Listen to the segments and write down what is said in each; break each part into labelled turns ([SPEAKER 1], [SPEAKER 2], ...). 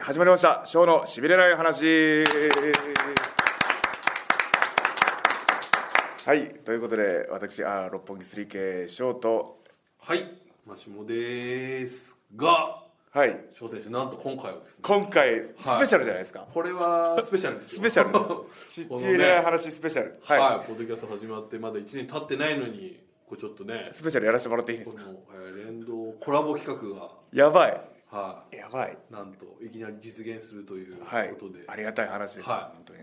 [SPEAKER 1] 始まりました「ショーのしびれない話」はいということで私あー六本木 3K ショーと
[SPEAKER 2] はい、マシモですが、
[SPEAKER 1] はい
[SPEAKER 2] 翔選手、なんと今回はですね、
[SPEAKER 1] 今回スペシャルじゃないですか、
[SPEAKER 2] これはスペシャルです
[SPEAKER 1] ス
[SPEAKER 2] よ。
[SPEAKER 1] ペシャルですし
[SPEAKER 2] この
[SPEAKER 1] しびれない
[SPEAKER 2] ね、
[SPEAKER 1] 話スペシャル
[SPEAKER 2] は、
[SPEAKER 1] はいい、
[SPEAKER 2] ポッドキャスト始まってまだ1年経ってないのに、こうちょっとね、
[SPEAKER 1] スペシャルやらせてもらっていいです
[SPEAKER 2] こ
[SPEAKER 1] か
[SPEAKER 2] の、えー連動コラボ企画が、
[SPEAKER 1] やばい
[SPEAKER 2] は
[SPEAKER 1] やばい
[SPEAKER 2] い、なんといきなり実現するというこ
[SPEAKER 1] はい
[SPEAKER 2] とで、
[SPEAKER 1] ありがたい話です、
[SPEAKER 2] はい
[SPEAKER 1] 本当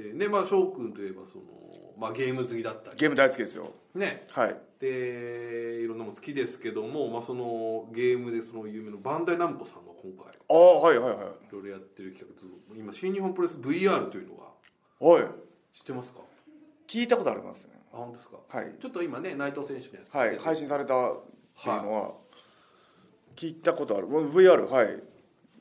[SPEAKER 1] に
[SPEAKER 2] でね、まあ翔くんといえばその、まあゲーム好きだったり、
[SPEAKER 1] ゲーム大好きですよ
[SPEAKER 2] ね、
[SPEAKER 1] はい
[SPEAKER 2] でいろんなもの好きですけども、まあそのゲームでその有名のバンダイナムコさんが今回。
[SPEAKER 1] ああはいはいはい
[SPEAKER 2] いろいろやってる企画と今新日本プロレス VR というのが
[SPEAKER 1] はい
[SPEAKER 2] 知ってますか
[SPEAKER 1] 聞いたことありますね
[SPEAKER 2] あ本当ですか
[SPEAKER 1] はい
[SPEAKER 2] ちょっと今ね内藤選手のやつ
[SPEAKER 1] はい
[SPEAKER 2] 出て
[SPEAKER 1] 配信されたっていうのは聞いたことあるもう VR はい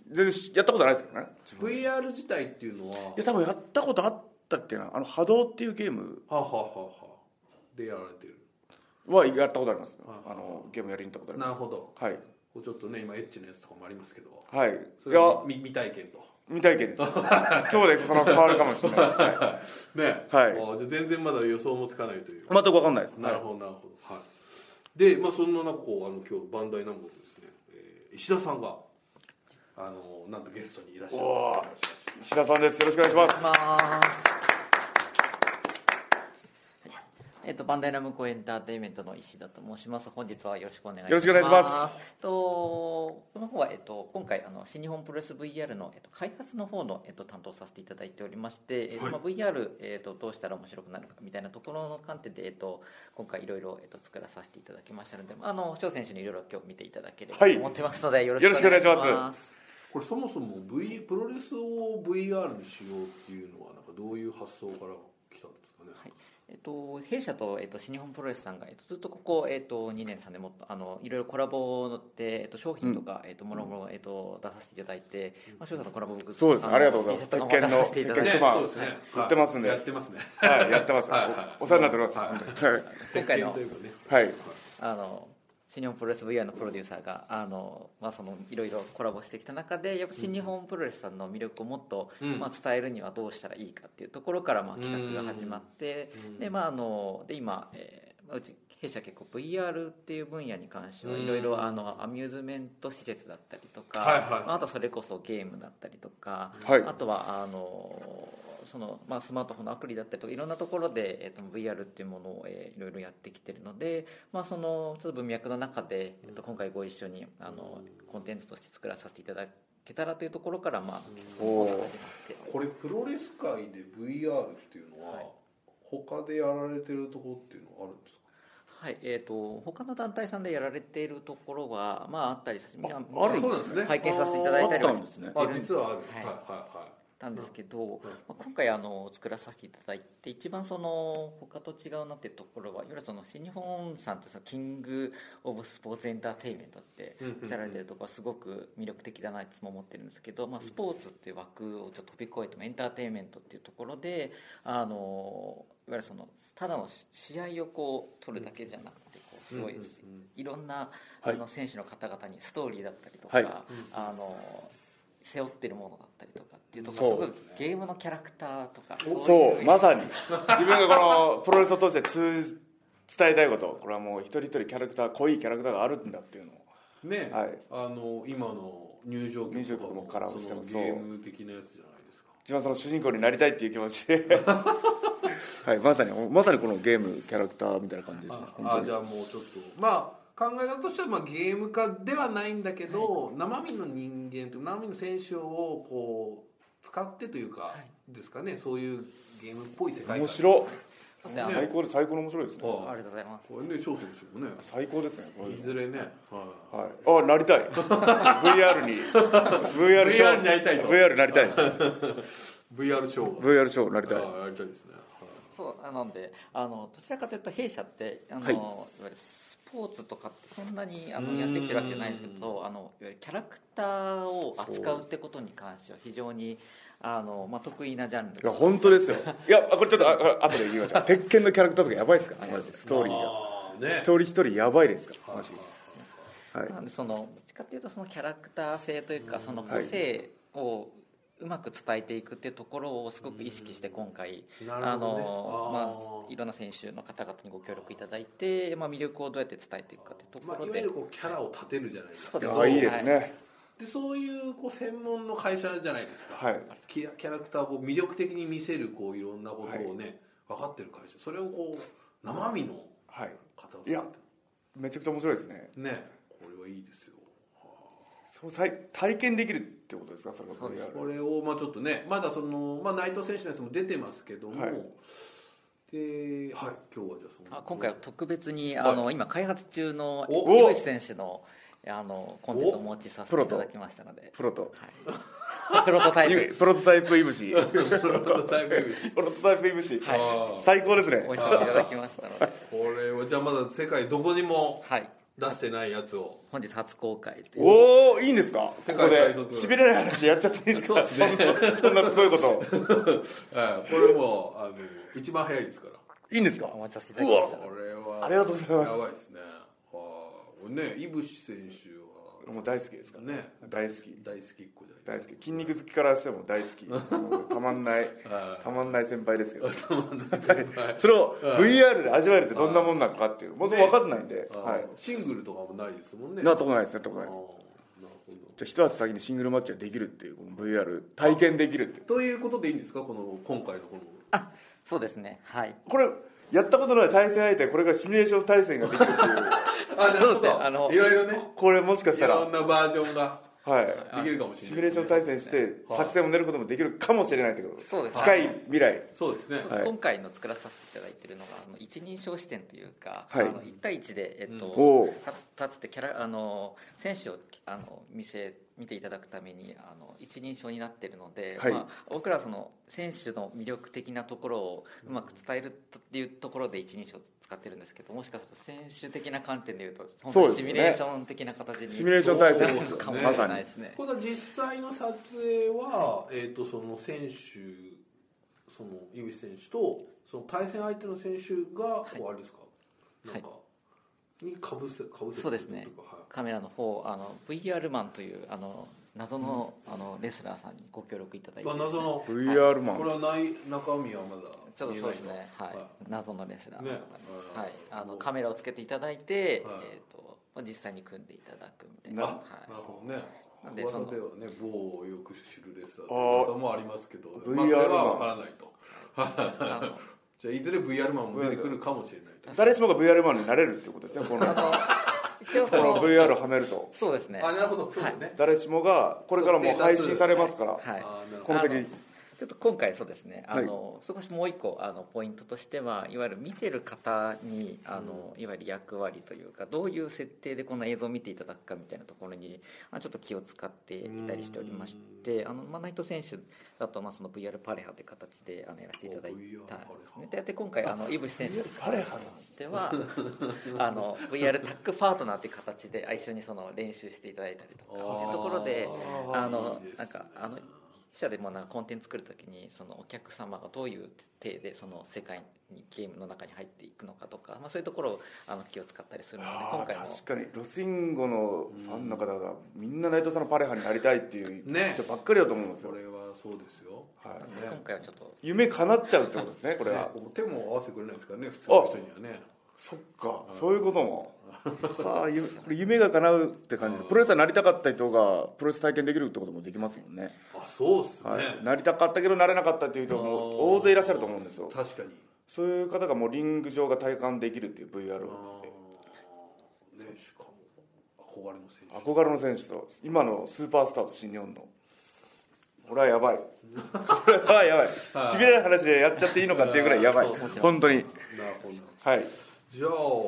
[SPEAKER 1] 全然しやったことないですけどね
[SPEAKER 2] VR 自体っていうのはい
[SPEAKER 1] や多分やったことあったっけなあの波動っていうゲーム
[SPEAKER 2] はあ、はあはあはあ、でやられてる
[SPEAKER 1] はやったことあります、
[SPEAKER 2] はい
[SPEAKER 1] あのゲームやりに行ったことあり
[SPEAKER 2] な
[SPEAKER 1] ま
[SPEAKER 2] るほど
[SPEAKER 1] すはい
[SPEAKER 2] こうちょっとね今エッチなやつとかもありますけど
[SPEAKER 1] はい
[SPEAKER 2] そ
[SPEAKER 1] い
[SPEAKER 2] れ
[SPEAKER 1] や
[SPEAKER 2] は未未体験と
[SPEAKER 1] 未体験です今日でその変わるかもしれないです、はい
[SPEAKER 2] ね
[SPEAKER 1] はい
[SPEAKER 2] あじゃあ全然まだ予想もつかないという、
[SPEAKER 1] 全く分かんないです
[SPEAKER 2] なるほどなるほどはいでまあそんな中こうあの今日バンダイナムコのですね、えー石田さんがあのなんとゲストにいらっしゃる
[SPEAKER 1] おー
[SPEAKER 2] いらっしゃいました
[SPEAKER 1] 石田さんですよろしくお願いします
[SPEAKER 3] えっと、バンダイナムコエンターテインメントの石田と申します。本日はよろしくお願いいたし
[SPEAKER 1] よ
[SPEAKER 3] ま
[SPEAKER 1] ろし
[SPEAKER 3] す。
[SPEAKER 1] くお願いします
[SPEAKER 3] えっと、この方は、えっと、今回、あの、新日本プロレス VR の、えっと、開発の方の、えっと、担当させていただいておりまして、えっと、まあ、VR、えっと、どうしたら面白くなるかみたいなところの観点で、えっと、今回いろいろ、えっと、作らさせていただきましたので、まああの、翔選手にいろいろ今日見ていただければと
[SPEAKER 1] はい
[SPEAKER 3] 思ってますので、よろ
[SPEAKER 1] よろし
[SPEAKER 3] し
[SPEAKER 1] く
[SPEAKER 3] く
[SPEAKER 1] お
[SPEAKER 3] お
[SPEAKER 1] 願
[SPEAKER 3] 願
[SPEAKER 1] い
[SPEAKER 3] い
[SPEAKER 1] し
[SPEAKER 3] し
[SPEAKER 1] ます
[SPEAKER 3] ます。
[SPEAKER 2] これそもそも、v、プロレスを VR にしようっていうのはなんかどういう発想から来たんですかね、
[SPEAKER 3] はいえっと、弊社と、えっと、新日本プロレスさんが、えっと、ずっとここ、えっと、2年3年もっとあのいろいろコラボで、えっと、商品とか、えっと、もろもろ、えっと、出させていただいて、まあ、翔さんのコラボ僕
[SPEAKER 1] そうです
[SPEAKER 3] の
[SPEAKER 1] ありがとうございます
[SPEAKER 3] T シャツとかも出させていただい
[SPEAKER 1] 鉄拳
[SPEAKER 3] て
[SPEAKER 1] の
[SPEAKER 2] ね
[SPEAKER 1] まあ
[SPEAKER 2] そうですね、
[SPEAKER 1] やってますんで
[SPEAKER 2] やってますね
[SPEAKER 1] はい、やってます、
[SPEAKER 2] はいはい
[SPEAKER 1] おお世話になっております、
[SPEAKER 2] はい
[SPEAKER 1] 本当にはい
[SPEAKER 3] 今回の
[SPEAKER 2] というかね
[SPEAKER 1] はい
[SPEAKER 3] あの新日本プロレス VR のプロデューサーがあの、まあ、そのいろいろコラボしてきた中でやっぱ新日本プロレスさんの魅力をもっと、
[SPEAKER 2] うん
[SPEAKER 3] まあ、伝えるにはどうしたらいいかっていうところから、まあ、企画が始まって
[SPEAKER 2] うん
[SPEAKER 3] で、まあ、あので今、えーまあうち弊社結構 VR っていう分野に関してはいろい
[SPEAKER 2] うん
[SPEAKER 3] ろあのアミューズメント施設だったりとか、
[SPEAKER 2] はいはい
[SPEAKER 3] まあ、あとそれこそゲームだったりとか、
[SPEAKER 1] はい
[SPEAKER 3] あとはあのそのまあ、スマートフォンのアプリだったりとかいろんなところで、えっと VR っていうものを、えーいろいろやってきてるので、まあ、そのちょっと文脈の中で、えっと今回ご一緒にあのコンテンツとして作らさせていただけたらというところから、まあ、
[SPEAKER 1] おー
[SPEAKER 3] 始まって
[SPEAKER 2] これプロレス界で VR っていうのは、
[SPEAKER 3] はい
[SPEAKER 2] 他でやられてるとこっていうのはあるんですか
[SPEAKER 3] はいえー、と他の団体さんでやられているところは、まあ、あったりさせて
[SPEAKER 1] あ
[SPEAKER 3] ま
[SPEAKER 1] あるん
[SPEAKER 2] そうなんですね
[SPEAKER 3] 拝見させていただいたり
[SPEAKER 1] あ
[SPEAKER 3] は
[SPEAKER 1] ったんですね
[SPEAKER 2] あ実はある
[SPEAKER 3] はい
[SPEAKER 2] はいはいはい
[SPEAKER 3] ったんですけど、
[SPEAKER 2] うん
[SPEAKER 3] まあ、今回あの作らさせていただいて一番その他と違うなっていうところはいわゆるその新日本さんってそのキング・オブ・スポーツ・エンターテインメントって
[SPEAKER 2] うんうんうん
[SPEAKER 3] おっしゃられてるところはすごく魅力的だなっていつも思ってるんですけど、まあ、スポーツっていう枠をちょっと飛び越えてもエンターテインメントっていうところであのいわゆるそのただの試合をこう取るだけじゃなくてこうすごい
[SPEAKER 2] うんうんうん
[SPEAKER 3] いろんな
[SPEAKER 1] は
[SPEAKER 3] あ
[SPEAKER 1] い
[SPEAKER 3] の選手の方々にストーリーだったりと
[SPEAKER 1] はい
[SPEAKER 3] かあの背負ってるものだったりとかっていうところ
[SPEAKER 1] そう
[SPEAKER 3] がすごいゲームのキャラクターとか
[SPEAKER 2] お
[SPEAKER 1] そうま
[SPEAKER 3] さ
[SPEAKER 1] さに自分がこのプロレスを通して通伝えたいことこれはもう一人一人キャラクター濃いキャラクターがあるんだっていうのを
[SPEAKER 2] ね、
[SPEAKER 1] はい
[SPEAKER 2] あの今の入場
[SPEAKER 1] 入場
[SPEAKER 2] 曲とか
[SPEAKER 1] 曲
[SPEAKER 2] も
[SPEAKER 1] もカラオケして
[SPEAKER 2] そ
[SPEAKER 1] も
[SPEAKER 2] の
[SPEAKER 1] そう
[SPEAKER 2] ゲーム的なやつじゃないですか
[SPEAKER 1] 一番その主人公になりたいっていう気持ち ではいまさにまさにこのゲームキャラクターみたいな感じですね
[SPEAKER 2] ああじゃあもうちょっとまあ考え方としてはまあゲーム化ではないんだけど、生身の人間と生身の選手をこう使ってというか、ですかねそういうゲームっぽい世界観
[SPEAKER 1] 面白
[SPEAKER 3] そう
[SPEAKER 1] い
[SPEAKER 3] ですね
[SPEAKER 1] 最高で最高の面白いですね
[SPEAKER 3] あのありがとうございます
[SPEAKER 2] これね翔選手もね
[SPEAKER 1] 最高ですねこれ
[SPEAKER 2] いずれね、
[SPEAKER 1] はい、あな りたい VR に VR ショー
[SPEAKER 2] VR になりたいと
[SPEAKER 1] VR なりたい
[SPEAKER 2] VR ショー
[SPEAKER 1] VR ショーなりたい
[SPEAKER 2] がああやりたいですね、
[SPEAKER 3] そうなのであのどちらかというと弊社ってあの、
[SPEAKER 1] はい
[SPEAKER 3] い、わゆるスポーツとかってそんなにあのやってきてるわけじゃないんですけどあのいわゆるキャラクターを扱うってことに関しては非常にあの、まあ、得意なジャンル
[SPEAKER 1] いや本当ですよいやあこれちょっとああ後で言いましょう鉄拳のキャラクターとかやばいですからマジでストーリーが
[SPEAKER 2] ああね
[SPEAKER 1] 一人一人やばいですからマジで
[SPEAKER 2] は
[SPEAKER 1] はい
[SPEAKER 3] なんでそのどっちかっていうとそのキャラクター性というかその個性をうまく伝えていくっていうところをすごく意識して今回
[SPEAKER 2] な
[SPEAKER 3] あ
[SPEAKER 2] るほどね
[SPEAKER 3] のまあい
[SPEAKER 2] あ
[SPEAKER 3] ろんな選手の方々にご協力いただいて、まあ、魅力をどうやって伝えていくかっていうと
[SPEAKER 2] ーま
[SPEAKER 3] こ
[SPEAKER 2] あ、い
[SPEAKER 3] ろ
[SPEAKER 2] わゆ
[SPEAKER 3] で
[SPEAKER 2] るこうキャラを立てるじゃないですか
[SPEAKER 3] そうです
[SPEAKER 1] あいいですね
[SPEAKER 2] でそういうこう専門の会社じゃないですか、
[SPEAKER 1] はい
[SPEAKER 2] キャキャラクターをこう魅力的に見せるこういろんなことをね、分かってる会社それをこう生身の
[SPEAKER 1] はい
[SPEAKER 2] 方を
[SPEAKER 1] い
[SPEAKER 2] 使っ
[SPEAKER 1] やめちゃくちゃ面白いですね
[SPEAKER 2] てねこれはいいですよ
[SPEAKER 1] そうさい体験できるってことですかそれが
[SPEAKER 3] そうです
[SPEAKER 2] これをまあちょっとねまだその、まあ、内藤選手のやつも出てますけども、
[SPEAKER 1] はい
[SPEAKER 2] で、はい、今日はじゃあその
[SPEAKER 3] あ今回は特別に
[SPEAKER 2] はい
[SPEAKER 3] あの今開発中の
[SPEAKER 2] お
[SPEAKER 3] 井口選手のあのコンテンツをお持ちさせていただきましたので
[SPEAKER 1] プロト
[SPEAKER 3] はい、プロトタイ プです
[SPEAKER 1] プロトタイプいぶしプ
[SPEAKER 2] だいぶ
[SPEAKER 1] ロトタイプいぶし
[SPEAKER 3] はい
[SPEAKER 2] あー
[SPEAKER 1] 最高ですね
[SPEAKER 3] お持ちさせていただきましたので、
[SPEAKER 2] これをじゃあまだ世界どこにも
[SPEAKER 3] はい、
[SPEAKER 2] 出してないやつを
[SPEAKER 3] 本日初公開という
[SPEAKER 1] おおいいんですか
[SPEAKER 2] 世界最速
[SPEAKER 1] ここでしびれない話やっちゃっていいんですか
[SPEAKER 2] そうです
[SPEAKER 1] ね そんなすごいこと
[SPEAKER 2] はいこれもうあの一番早いですから
[SPEAKER 1] いいんですか
[SPEAKER 3] お持ちさせていただきましたの
[SPEAKER 2] こ
[SPEAKER 3] で
[SPEAKER 2] れは
[SPEAKER 1] ありがとうございます
[SPEAKER 2] やばいですねはいこれねいぶし選手
[SPEAKER 1] もう大好きですから
[SPEAKER 2] はね
[SPEAKER 1] 大好き
[SPEAKER 2] 大好きっ子じゃな
[SPEAKER 1] 大
[SPEAKER 2] い
[SPEAKER 1] 好
[SPEAKER 2] で
[SPEAKER 1] き筋肉好きからしても大好きもうたまんない
[SPEAKER 2] は
[SPEAKER 1] たまんない先輩ですけど
[SPEAKER 2] すかはい
[SPEAKER 1] それを VR で味わえるってどんなもんなのかっていうもう分かってないんで、
[SPEAKER 2] あー
[SPEAKER 1] はい
[SPEAKER 2] シングルとかもないですもんね
[SPEAKER 1] なったことないですなったことない
[SPEAKER 2] あ
[SPEAKER 1] で
[SPEAKER 2] ー
[SPEAKER 1] す
[SPEAKER 2] なるほど
[SPEAKER 1] じゃあ一足先にシングルマッチができるっていうこの VR 体験できるって
[SPEAKER 2] ということでいいんですかこの今回のこの
[SPEAKER 3] あそうですねはい
[SPEAKER 1] これやったことない対戦相手これがシミュレーション対戦ができるっていう
[SPEAKER 2] あなるほ
[SPEAKER 3] そうですねあの
[SPEAKER 2] いろいろね
[SPEAKER 1] これもしかし
[SPEAKER 2] い
[SPEAKER 1] たら
[SPEAKER 2] ろんなバージョンが
[SPEAKER 1] はい
[SPEAKER 2] できるかもしれないですね
[SPEAKER 1] シミュレーション対戦して
[SPEAKER 2] はい
[SPEAKER 1] 作戦を練ることもできるかもしれないってこと
[SPEAKER 3] そうです
[SPEAKER 1] 近い未来
[SPEAKER 2] そうですね
[SPEAKER 3] そう
[SPEAKER 1] はい
[SPEAKER 3] 今回の作らさせていただいているのがあの一人称視点というか、
[SPEAKER 1] はい
[SPEAKER 3] あの1対1で、えっと
[SPEAKER 2] うん
[SPEAKER 1] おう
[SPEAKER 3] た立つってキャラあの選手をあの見せ見ていただくためにあの一人称になっているので、
[SPEAKER 1] はい
[SPEAKER 3] まあ、僕らはその選手の魅力的なところをうまく伝えるっていうところで一人称を使ってるんですけどもしかすると選手的な観点でいうと本当
[SPEAKER 1] そうで
[SPEAKER 3] に
[SPEAKER 1] す
[SPEAKER 3] シ
[SPEAKER 1] よね
[SPEAKER 3] ミュレーション的な形に
[SPEAKER 1] シミュレーション対
[SPEAKER 2] そう
[SPEAKER 1] 戦
[SPEAKER 2] ですよね
[SPEAKER 3] かもし
[SPEAKER 1] まさ
[SPEAKER 3] れない
[SPEAKER 1] に
[SPEAKER 3] ですね。
[SPEAKER 2] この実際の撮影は、えー、とその選手その井口選手とその対戦相手の選手が、
[SPEAKER 3] い
[SPEAKER 2] こうあれですかなんか、にかぶせかぶせ
[SPEAKER 3] そうですね
[SPEAKER 2] というかはい
[SPEAKER 3] カメラの方あの VR マンというあの謎の,、あのレスラーさんにご協力いただいて
[SPEAKER 2] まあ、謎の
[SPEAKER 1] VR マン
[SPEAKER 2] これはない中身はまだ
[SPEAKER 3] ちょっとそうですね、はい
[SPEAKER 2] はい
[SPEAKER 3] 謎のレスラーの方に、
[SPEAKER 2] ね
[SPEAKER 3] はい、
[SPEAKER 2] うん
[SPEAKER 3] あのカメラをつけていただいて、
[SPEAKER 2] はい
[SPEAKER 3] えーとまあ、実際に組んでいただくみたい
[SPEAKER 2] な
[SPEAKER 3] な、
[SPEAKER 2] な
[SPEAKER 3] は
[SPEAKER 2] るほどね
[SPEAKER 3] なんで
[SPEAKER 2] 噂
[SPEAKER 3] その
[SPEAKER 2] ではね某をよく知るレスラー
[SPEAKER 1] あ
[SPEAKER 2] の
[SPEAKER 1] ー
[SPEAKER 2] 噂もありますけど、
[SPEAKER 1] VR
[SPEAKER 2] まあ、それは分からないと
[SPEAKER 3] い、あの
[SPEAKER 2] じゃあいずれ VR マンも出てくるかもしれないと
[SPEAKER 1] 誰しもが VR マンになれるってことですねこのこ
[SPEAKER 3] あの一応そ
[SPEAKER 1] の
[SPEAKER 3] の
[SPEAKER 1] VR をはめると
[SPEAKER 3] そうですね
[SPEAKER 2] あなるほどそうだね、
[SPEAKER 1] 誰しもがこれからもう配信されますから、
[SPEAKER 3] はい
[SPEAKER 2] あーなるほど
[SPEAKER 1] この先
[SPEAKER 3] あのちょっと今回そうですねあ
[SPEAKER 1] はい
[SPEAKER 3] の、少しもう一個あのポイントとしてはいわゆる見てる方にあの、いわゆる役割というかどういう設定でこの映像を見ていただくかみたいなところにあちょっと気を使っていたりしておりましてあの、まあ、内藤選手だと、まあ、その VR パレハという形であのやらせていただいたんですね
[SPEAKER 2] VR パレハ
[SPEAKER 3] でで今回あの井渕選手に
[SPEAKER 1] パレ
[SPEAKER 3] 関
[SPEAKER 1] ハなん
[SPEAKER 3] して はあの VR タッグパートナーという形で一緒にその練習していただいたりとかっていうところで。
[SPEAKER 2] あー
[SPEAKER 3] あの
[SPEAKER 2] いいですね
[SPEAKER 3] なんかあの記者でもなんかコンテンツ作るときにそのお客様がどういう体でその世界にゲームの中に入っていくのかとか、まあ、そういうところをあの気を使ったりするので
[SPEAKER 1] あー
[SPEAKER 3] 今回も
[SPEAKER 1] 確かにロスインゴのファンの方がみんな内藤さんのパレハになりたいっていう
[SPEAKER 2] ね
[SPEAKER 1] 人ばっかりだと思うんですよ、
[SPEAKER 2] これはそうですよ
[SPEAKER 1] はい
[SPEAKER 3] なんで今回はちょっと
[SPEAKER 1] 夢叶っちゃうってことですねこれは
[SPEAKER 2] ねお手も合わせてくれないですからね普通の人にはね
[SPEAKER 1] そっかそういうこともああゆこれ夢が叶うって感じでプロレスラーになりたかった人がプロレス体験できるってこともできますもんね、
[SPEAKER 2] あそうっすね、
[SPEAKER 1] はい、なりたかったけどなれなかったっていう人も大勢いらっしゃると思うんですよ
[SPEAKER 2] 確かに
[SPEAKER 1] そういう方がもうリング上が体感できるっていう VR
[SPEAKER 2] あ
[SPEAKER 1] を
[SPEAKER 2] ーねしかも憧れの選手
[SPEAKER 1] 憧れの選手と今のスーパースターと新日本のこれはやばいこれはやばいしびれない話でやっちゃっていいのかっていうぐらいやばい
[SPEAKER 2] そうそう
[SPEAKER 1] 本当に
[SPEAKER 2] なるほど
[SPEAKER 1] はい
[SPEAKER 2] じゃあ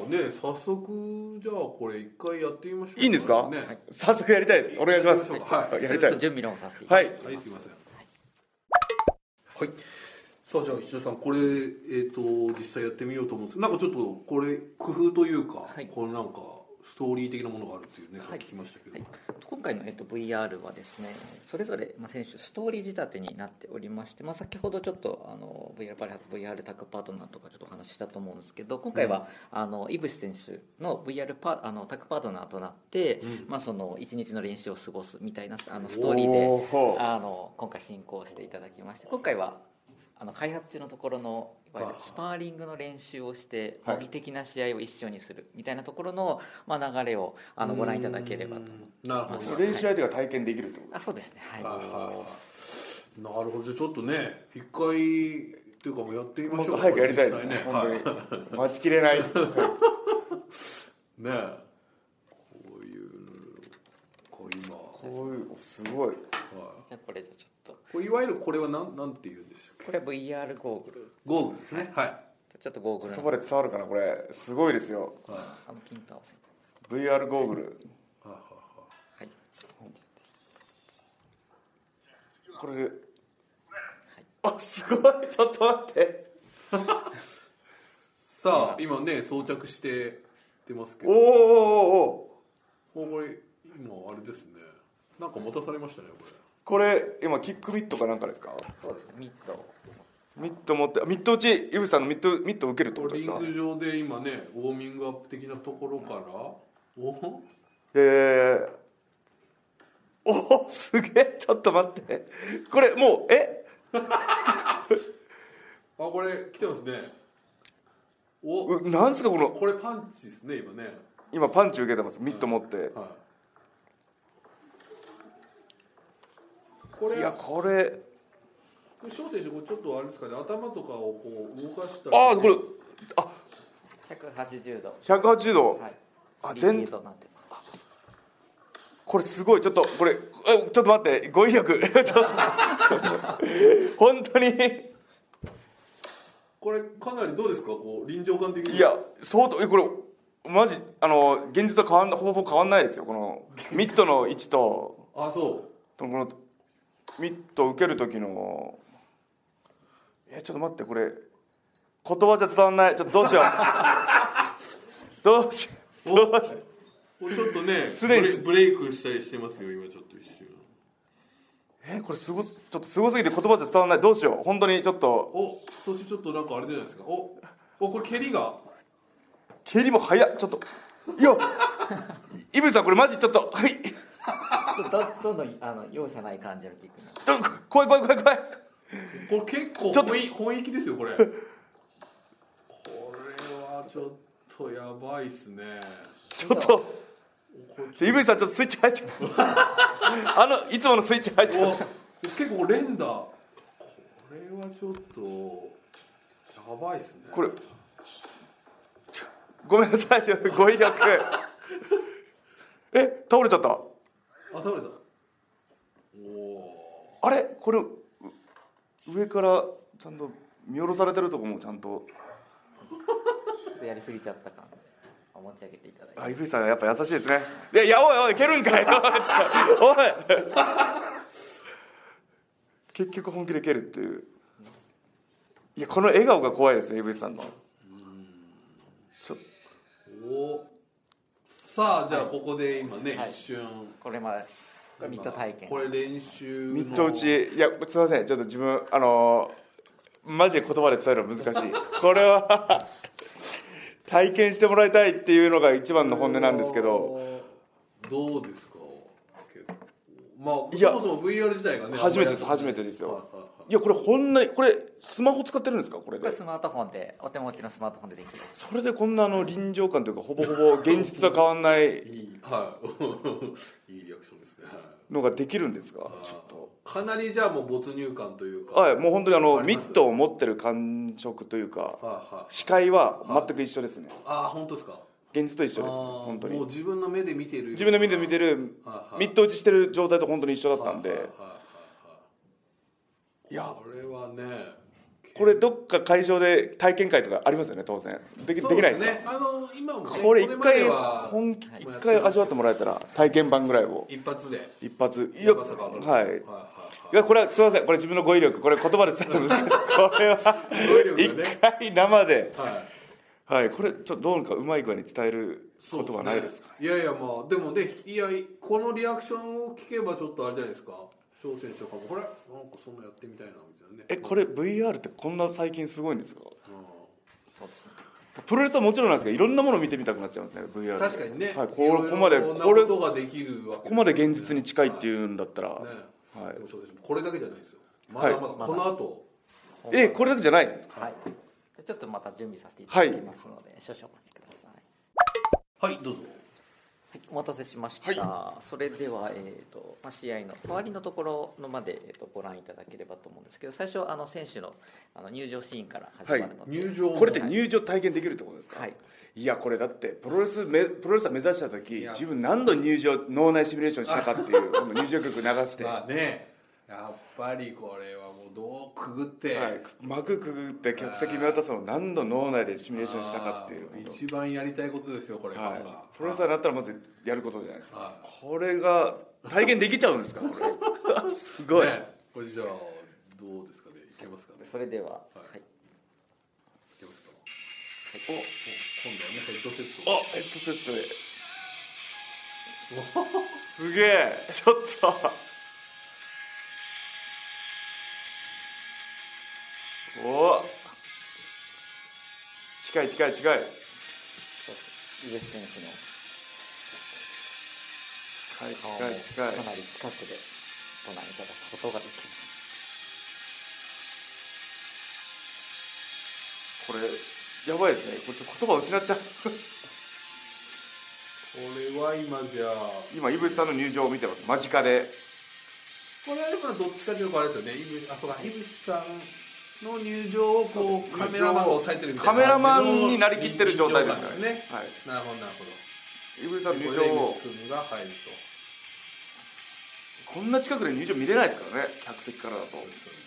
[SPEAKER 2] ね早速じゃあこれ一回やってみましょう
[SPEAKER 1] いいんですか
[SPEAKER 2] ね
[SPEAKER 1] 早速やりたいですお願いします
[SPEAKER 2] やりましょうかはい
[SPEAKER 1] やり
[SPEAKER 3] ち
[SPEAKER 1] た
[SPEAKER 3] ょ
[SPEAKER 1] い
[SPEAKER 3] っと準備の方させていた
[SPEAKER 1] は
[SPEAKER 3] だ
[SPEAKER 1] い
[SPEAKER 3] きます、
[SPEAKER 2] はいすいませんはいさあじゃあ石田さんこれえっ、と実際やってみようと思うんですけどなんかちょっとこれ工夫というか、
[SPEAKER 3] はい
[SPEAKER 2] これなんかストーリー的なものがあるっていうね、
[SPEAKER 3] はい
[SPEAKER 2] 聞きましたけど、
[SPEAKER 3] はい今回の、えっと、VR はですねそれぞれ、まあ、選手ストーリー仕立てになっておりまして、まあ、先ほどちょっとあの VR パレハク VR タッグパートナーとかちょっとお話ししたと思うんですけど今回は、あのイブシ選手の VR パあのタッグパートナーとなって、まあ、その一日の練習を過ごすみたいなあのストーリーで
[SPEAKER 1] おほう
[SPEAKER 3] あの今回進行していただきまして今回はあの開発中のところのいわゆるスパーリングの練習をして
[SPEAKER 1] はい
[SPEAKER 3] 模擬的な試合を一緒にするみたいなところの、まあ、流れをあのご覧いただければと思って
[SPEAKER 2] うんなるほど
[SPEAKER 3] ま
[SPEAKER 1] こ
[SPEAKER 3] す
[SPEAKER 1] れ練習相手が体験できるってこと
[SPEAKER 3] あそうですねはい、
[SPEAKER 2] はいはいはいなるほどじゃあちょっとね一回っていうかもうやってみま
[SPEAKER 1] も
[SPEAKER 2] し
[SPEAKER 1] う
[SPEAKER 2] ょうか
[SPEAKER 1] 早くやりたいですね
[SPEAKER 2] 実際
[SPEAKER 1] 本
[SPEAKER 2] はい
[SPEAKER 1] 当に待ちきれない
[SPEAKER 2] ねえこういうこう今
[SPEAKER 1] こういうおすごい
[SPEAKER 3] じゃあこれじゃあちょっと
[SPEAKER 2] こういわゆるこれはなんなんて言うんでしょう
[SPEAKER 3] これは VR ゴーグル
[SPEAKER 2] ゴーグルですねはい
[SPEAKER 3] ちょっとゴーグル
[SPEAKER 1] 言
[SPEAKER 3] の
[SPEAKER 1] 葉で伝わるかなこれすごいですよ
[SPEAKER 2] は
[SPEAKER 3] あのピント合わせて
[SPEAKER 1] VR ゴーグル
[SPEAKER 2] いは
[SPEAKER 3] はい
[SPEAKER 1] これであすごいちょっと待って
[SPEAKER 2] さあ今ね装着して出ますけ
[SPEAKER 1] おーお
[SPEAKER 2] どお
[SPEAKER 1] ーおーおー
[SPEAKER 2] これ今あれですねなんか持たされましたねこ
[SPEAKER 1] これ今キックミットかなんかですか
[SPEAKER 3] そうですねミッドを
[SPEAKER 1] ミット持ってあミット打ち井口さんのミットミット受けるってこ
[SPEAKER 2] れ
[SPEAKER 1] と
[SPEAKER 2] これ
[SPEAKER 1] で
[SPEAKER 2] リ
[SPEAKER 1] すか
[SPEAKER 2] ング上で今ねウォーミングアップ的なところからお
[SPEAKER 1] えー、おおすげえちょっと待ってこれもうえ
[SPEAKER 2] あこれ来てますねお
[SPEAKER 1] うなんすかこの
[SPEAKER 2] これパンチですね今ね
[SPEAKER 1] 今パンチ受けてますミット持って
[SPEAKER 2] はいこれ
[SPEAKER 1] いやこれ
[SPEAKER 2] 翔選手これちょっとあれですかね頭とかをこう動かしたり
[SPEAKER 1] ああこれあ
[SPEAKER 3] 180度
[SPEAKER 1] 180度
[SPEAKER 3] はい
[SPEAKER 1] あ
[SPEAKER 3] 3D
[SPEAKER 1] 全
[SPEAKER 3] となってます
[SPEAKER 1] これすごいちょっとこれえちょっと待って語彙力 ちょっと本当に
[SPEAKER 2] これかなりどうですかこう臨場感的に
[SPEAKER 1] いや相当えこれマジあの現実と変わんほぼほぼ変わんないですよこのミットの位置と
[SPEAKER 2] あそ
[SPEAKER 1] とこのミット受ける時のえちょっと待ってこれ言葉じゃ伝わんないちょっとどうしよう どうしようどうしよう
[SPEAKER 2] うこれちょっとね
[SPEAKER 1] すでに
[SPEAKER 2] ブレブレイクしたりしてますよ今ちょっと一瞬
[SPEAKER 1] えこれすごすちょっとすごすぎて言葉じゃ伝わんないどうしよう本当にちょっと
[SPEAKER 2] おそしてちょっとなんかあれじゃないですかおおこれ蹴りが
[SPEAKER 1] 蹴りも早っちょっといやイブさんこれマジちょっとはい
[SPEAKER 3] ちょっとどんどんあの容赦ない感じのキックになって
[SPEAKER 1] ど怖い怖い怖い怖い
[SPEAKER 2] これ結構
[SPEAKER 1] ちょっと
[SPEAKER 2] 本意本域ですよこれこれはちょっとやばいっすね
[SPEAKER 1] ちょっと
[SPEAKER 2] おこれ
[SPEAKER 1] ちょイブさんちょっとスイッチ入っちゃったあのいつものスイッチ入っちゃ
[SPEAKER 2] お
[SPEAKER 1] っ
[SPEAKER 2] 結構連打これはちょっとやばいですね
[SPEAKER 1] これたごめんなさい語彙力え倒れちゃった
[SPEAKER 2] あ倒れたおお
[SPEAKER 1] あれこれう上からちゃんと見下ろされてるとこもちゃんと
[SPEAKER 3] ちょっとやりすぎちゃった感を持ち上げていただいて
[SPEAKER 1] あイブさんやっぱ優しいですねいやいやおいおい蹴るんかい おいおい 結局本気で蹴るっていういやこの笑顔が怖いですねイブさんのちょっと
[SPEAKER 2] ーおーさあじゃあここで今ね、
[SPEAKER 3] はい
[SPEAKER 2] 一瞬
[SPEAKER 3] これまでこれミッド体験
[SPEAKER 2] これ練習の
[SPEAKER 1] ミット打ちいやすいませんちょっと自分あのーマジで言葉で伝えるの難しいこれは 体験してもらいたいっていうのが一番の本音なんですけど
[SPEAKER 2] どうですか結構まあ
[SPEAKER 1] いや
[SPEAKER 2] そもそも VR 自体がね
[SPEAKER 1] 初めてです
[SPEAKER 2] あんまり
[SPEAKER 1] 初めてですよ
[SPEAKER 2] はいはいはい
[SPEAKER 1] いやこれほんなにこれスマホ使ってるんですかこれ
[SPEAKER 3] これ
[SPEAKER 1] で
[SPEAKER 3] スマートフォンでお手持ちのスマートフォンでできる
[SPEAKER 1] それでこんなあの臨場感というかほぼほぼ現実と変わんない
[SPEAKER 2] いいはいいいリ アクションですね
[SPEAKER 1] のができるんです かちょっと
[SPEAKER 2] かなりじゃあもう没入感というか
[SPEAKER 1] はいもう本当にあの
[SPEAKER 2] あり
[SPEAKER 1] ミ
[SPEAKER 2] ます
[SPEAKER 1] ットを持ってる感触というか
[SPEAKER 2] はいはい
[SPEAKER 1] 視界は全く一緒ですね
[SPEAKER 2] ああ本当ですか
[SPEAKER 1] 現実と一緒です
[SPEAKER 2] あー
[SPEAKER 1] 本当
[SPEAKER 2] もう
[SPEAKER 1] に
[SPEAKER 2] 自分の目で見てる
[SPEAKER 1] 自分の見て見て
[SPEAKER 2] る
[SPEAKER 1] る
[SPEAKER 2] はいはい
[SPEAKER 1] ミット打ちしてる状態と本当に一緒だったんでいや
[SPEAKER 2] これはね
[SPEAKER 1] これどっか会場で体験会とかありますよね当然できできないです
[SPEAKER 2] そう
[SPEAKER 1] か
[SPEAKER 2] ねあの今もね
[SPEAKER 1] これ一
[SPEAKER 2] まで
[SPEAKER 1] 回
[SPEAKER 2] は
[SPEAKER 1] 本気一回味わってもらえたら体験版ぐらいを
[SPEAKER 2] 一発で
[SPEAKER 1] 一発いや
[SPEAKER 2] 山坂上がる
[SPEAKER 1] はい
[SPEAKER 2] はい
[SPEAKER 1] いやこれはすみませんこれ自分の語彙力これ言葉で伝えるの難しいこれは
[SPEAKER 2] 語彙力がね
[SPEAKER 1] 一回生で
[SPEAKER 2] はいはい
[SPEAKER 1] はいこれちょっとどうにかうまい具合に伝えることはないですか
[SPEAKER 2] ねいやいやまあでもねいやこのリアクションを聞けばちょっとあれじゃないですか小選手とかもこれなんかそんなやってみたいなみたいなね
[SPEAKER 1] えこれ VR ってこんな最近すごいんですか
[SPEAKER 2] う
[SPEAKER 3] そうですね
[SPEAKER 1] プロレスはもちろんなんですけどいろんなもの見てみたくなっちゃうんですね VR で
[SPEAKER 2] ん確かにね、
[SPEAKER 1] はい、こ
[SPEAKER 2] いろいろ
[SPEAKER 1] ここまで
[SPEAKER 2] こんな
[SPEAKER 1] こ
[SPEAKER 2] こ
[SPEAKER 1] れ
[SPEAKER 2] と
[SPEAKER 1] こ
[SPEAKER 2] ができるわけ
[SPEAKER 1] こまで現実に近いって
[SPEAKER 2] い
[SPEAKER 1] いうんだったら、
[SPEAKER 2] うね、
[SPEAKER 1] はい
[SPEAKER 2] でも小選手これだけじゃないですよまだまだ
[SPEAKER 1] はい
[SPEAKER 2] この後、
[SPEAKER 1] えこれだけじゃない
[SPEAKER 3] はいじゃあちょっとまた準備させていただきますので、少々お待ちください
[SPEAKER 2] はい、どうぞ
[SPEAKER 3] はい、お待たせしました、それでは、えーとまあ、試合の触りのところのまで、えー、とご覧いただければと思うんですけど最初あの選手のあの入場シーンから始まるので、はい
[SPEAKER 2] 入場の
[SPEAKER 1] これって入場体験できるってことですか、
[SPEAKER 3] はい、
[SPEAKER 1] やこれだってプロレスめプロレスラー目指した
[SPEAKER 2] い
[SPEAKER 1] 時
[SPEAKER 2] や
[SPEAKER 1] 自分何度入場脳内シミュレーションしたかっていうこの入場曲流して、 は
[SPEAKER 2] まあねやっぱりこれはもうどうくぐって、
[SPEAKER 1] い、幕くぐって客席見渡すのを何度脳内でシミュレーションしたかっていう
[SPEAKER 2] あー一番やりたいことですよこれ、
[SPEAKER 1] はい
[SPEAKER 2] ファンが、
[SPEAKER 1] プロレスラーになったらまずやることじゃないですか、
[SPEAKER 2] は
[SPEAKER 1] これが体験できちゃうんですかこれ すごい、
[SPEAKER 2] ねこれじゃあどうですかねいけますかね
[SPEAKER 3] それでは、
[SPEAKER 2] は
[SPEAKER 3] はいい
[SPEAKER 2] いけますか
[SPEAKER 1] おお
[SPEAKER 2] お今度はねヘッドセット
[SPEAKER 1] ヘッドセット ですげえちょっとお近い近い近い
[SPEAKER 3] そうですウエス選
[SPEAKER 1] 近い
[SPEAKER 3] 手の
[SPEAKER 1] 近い近い
[SPEAKER 3] かなり近くでご覧いただくことができます
[SPEAKER 1] これやばいですねこれちょっと言葉失っちゃう
[SPEAKER 2] これは今じゃあ
[SPEAKER 1] 今井渕さんの入場を見てます間近で
[SPEAKER 2] これは今どっちかというとあれですよね井口あそうか井口さんの入場をこうカメラマンが抑えてるみたいな
[SPEAKER 1] カメラマンになりきってる状態ですから
[SPEAKER 2] ね
[SPEAKER 1] ねはい
[SPEAKER 2] なるほどなるほど
[SPEAKER 1] 井渕さんの
[SPEAKER 2] で
[SPEAKER 1] 入
[SPEAKER 2] こ
[SPEAKER 1] 場
[SPEAKER 2] れで井
[SPEAKER 1] を
[SPEAKER 2] 口君が入ると
[SPEAKER 1] こんな近くで入場見れないですからね客席からだと
[SPEAKER 2] そうですよね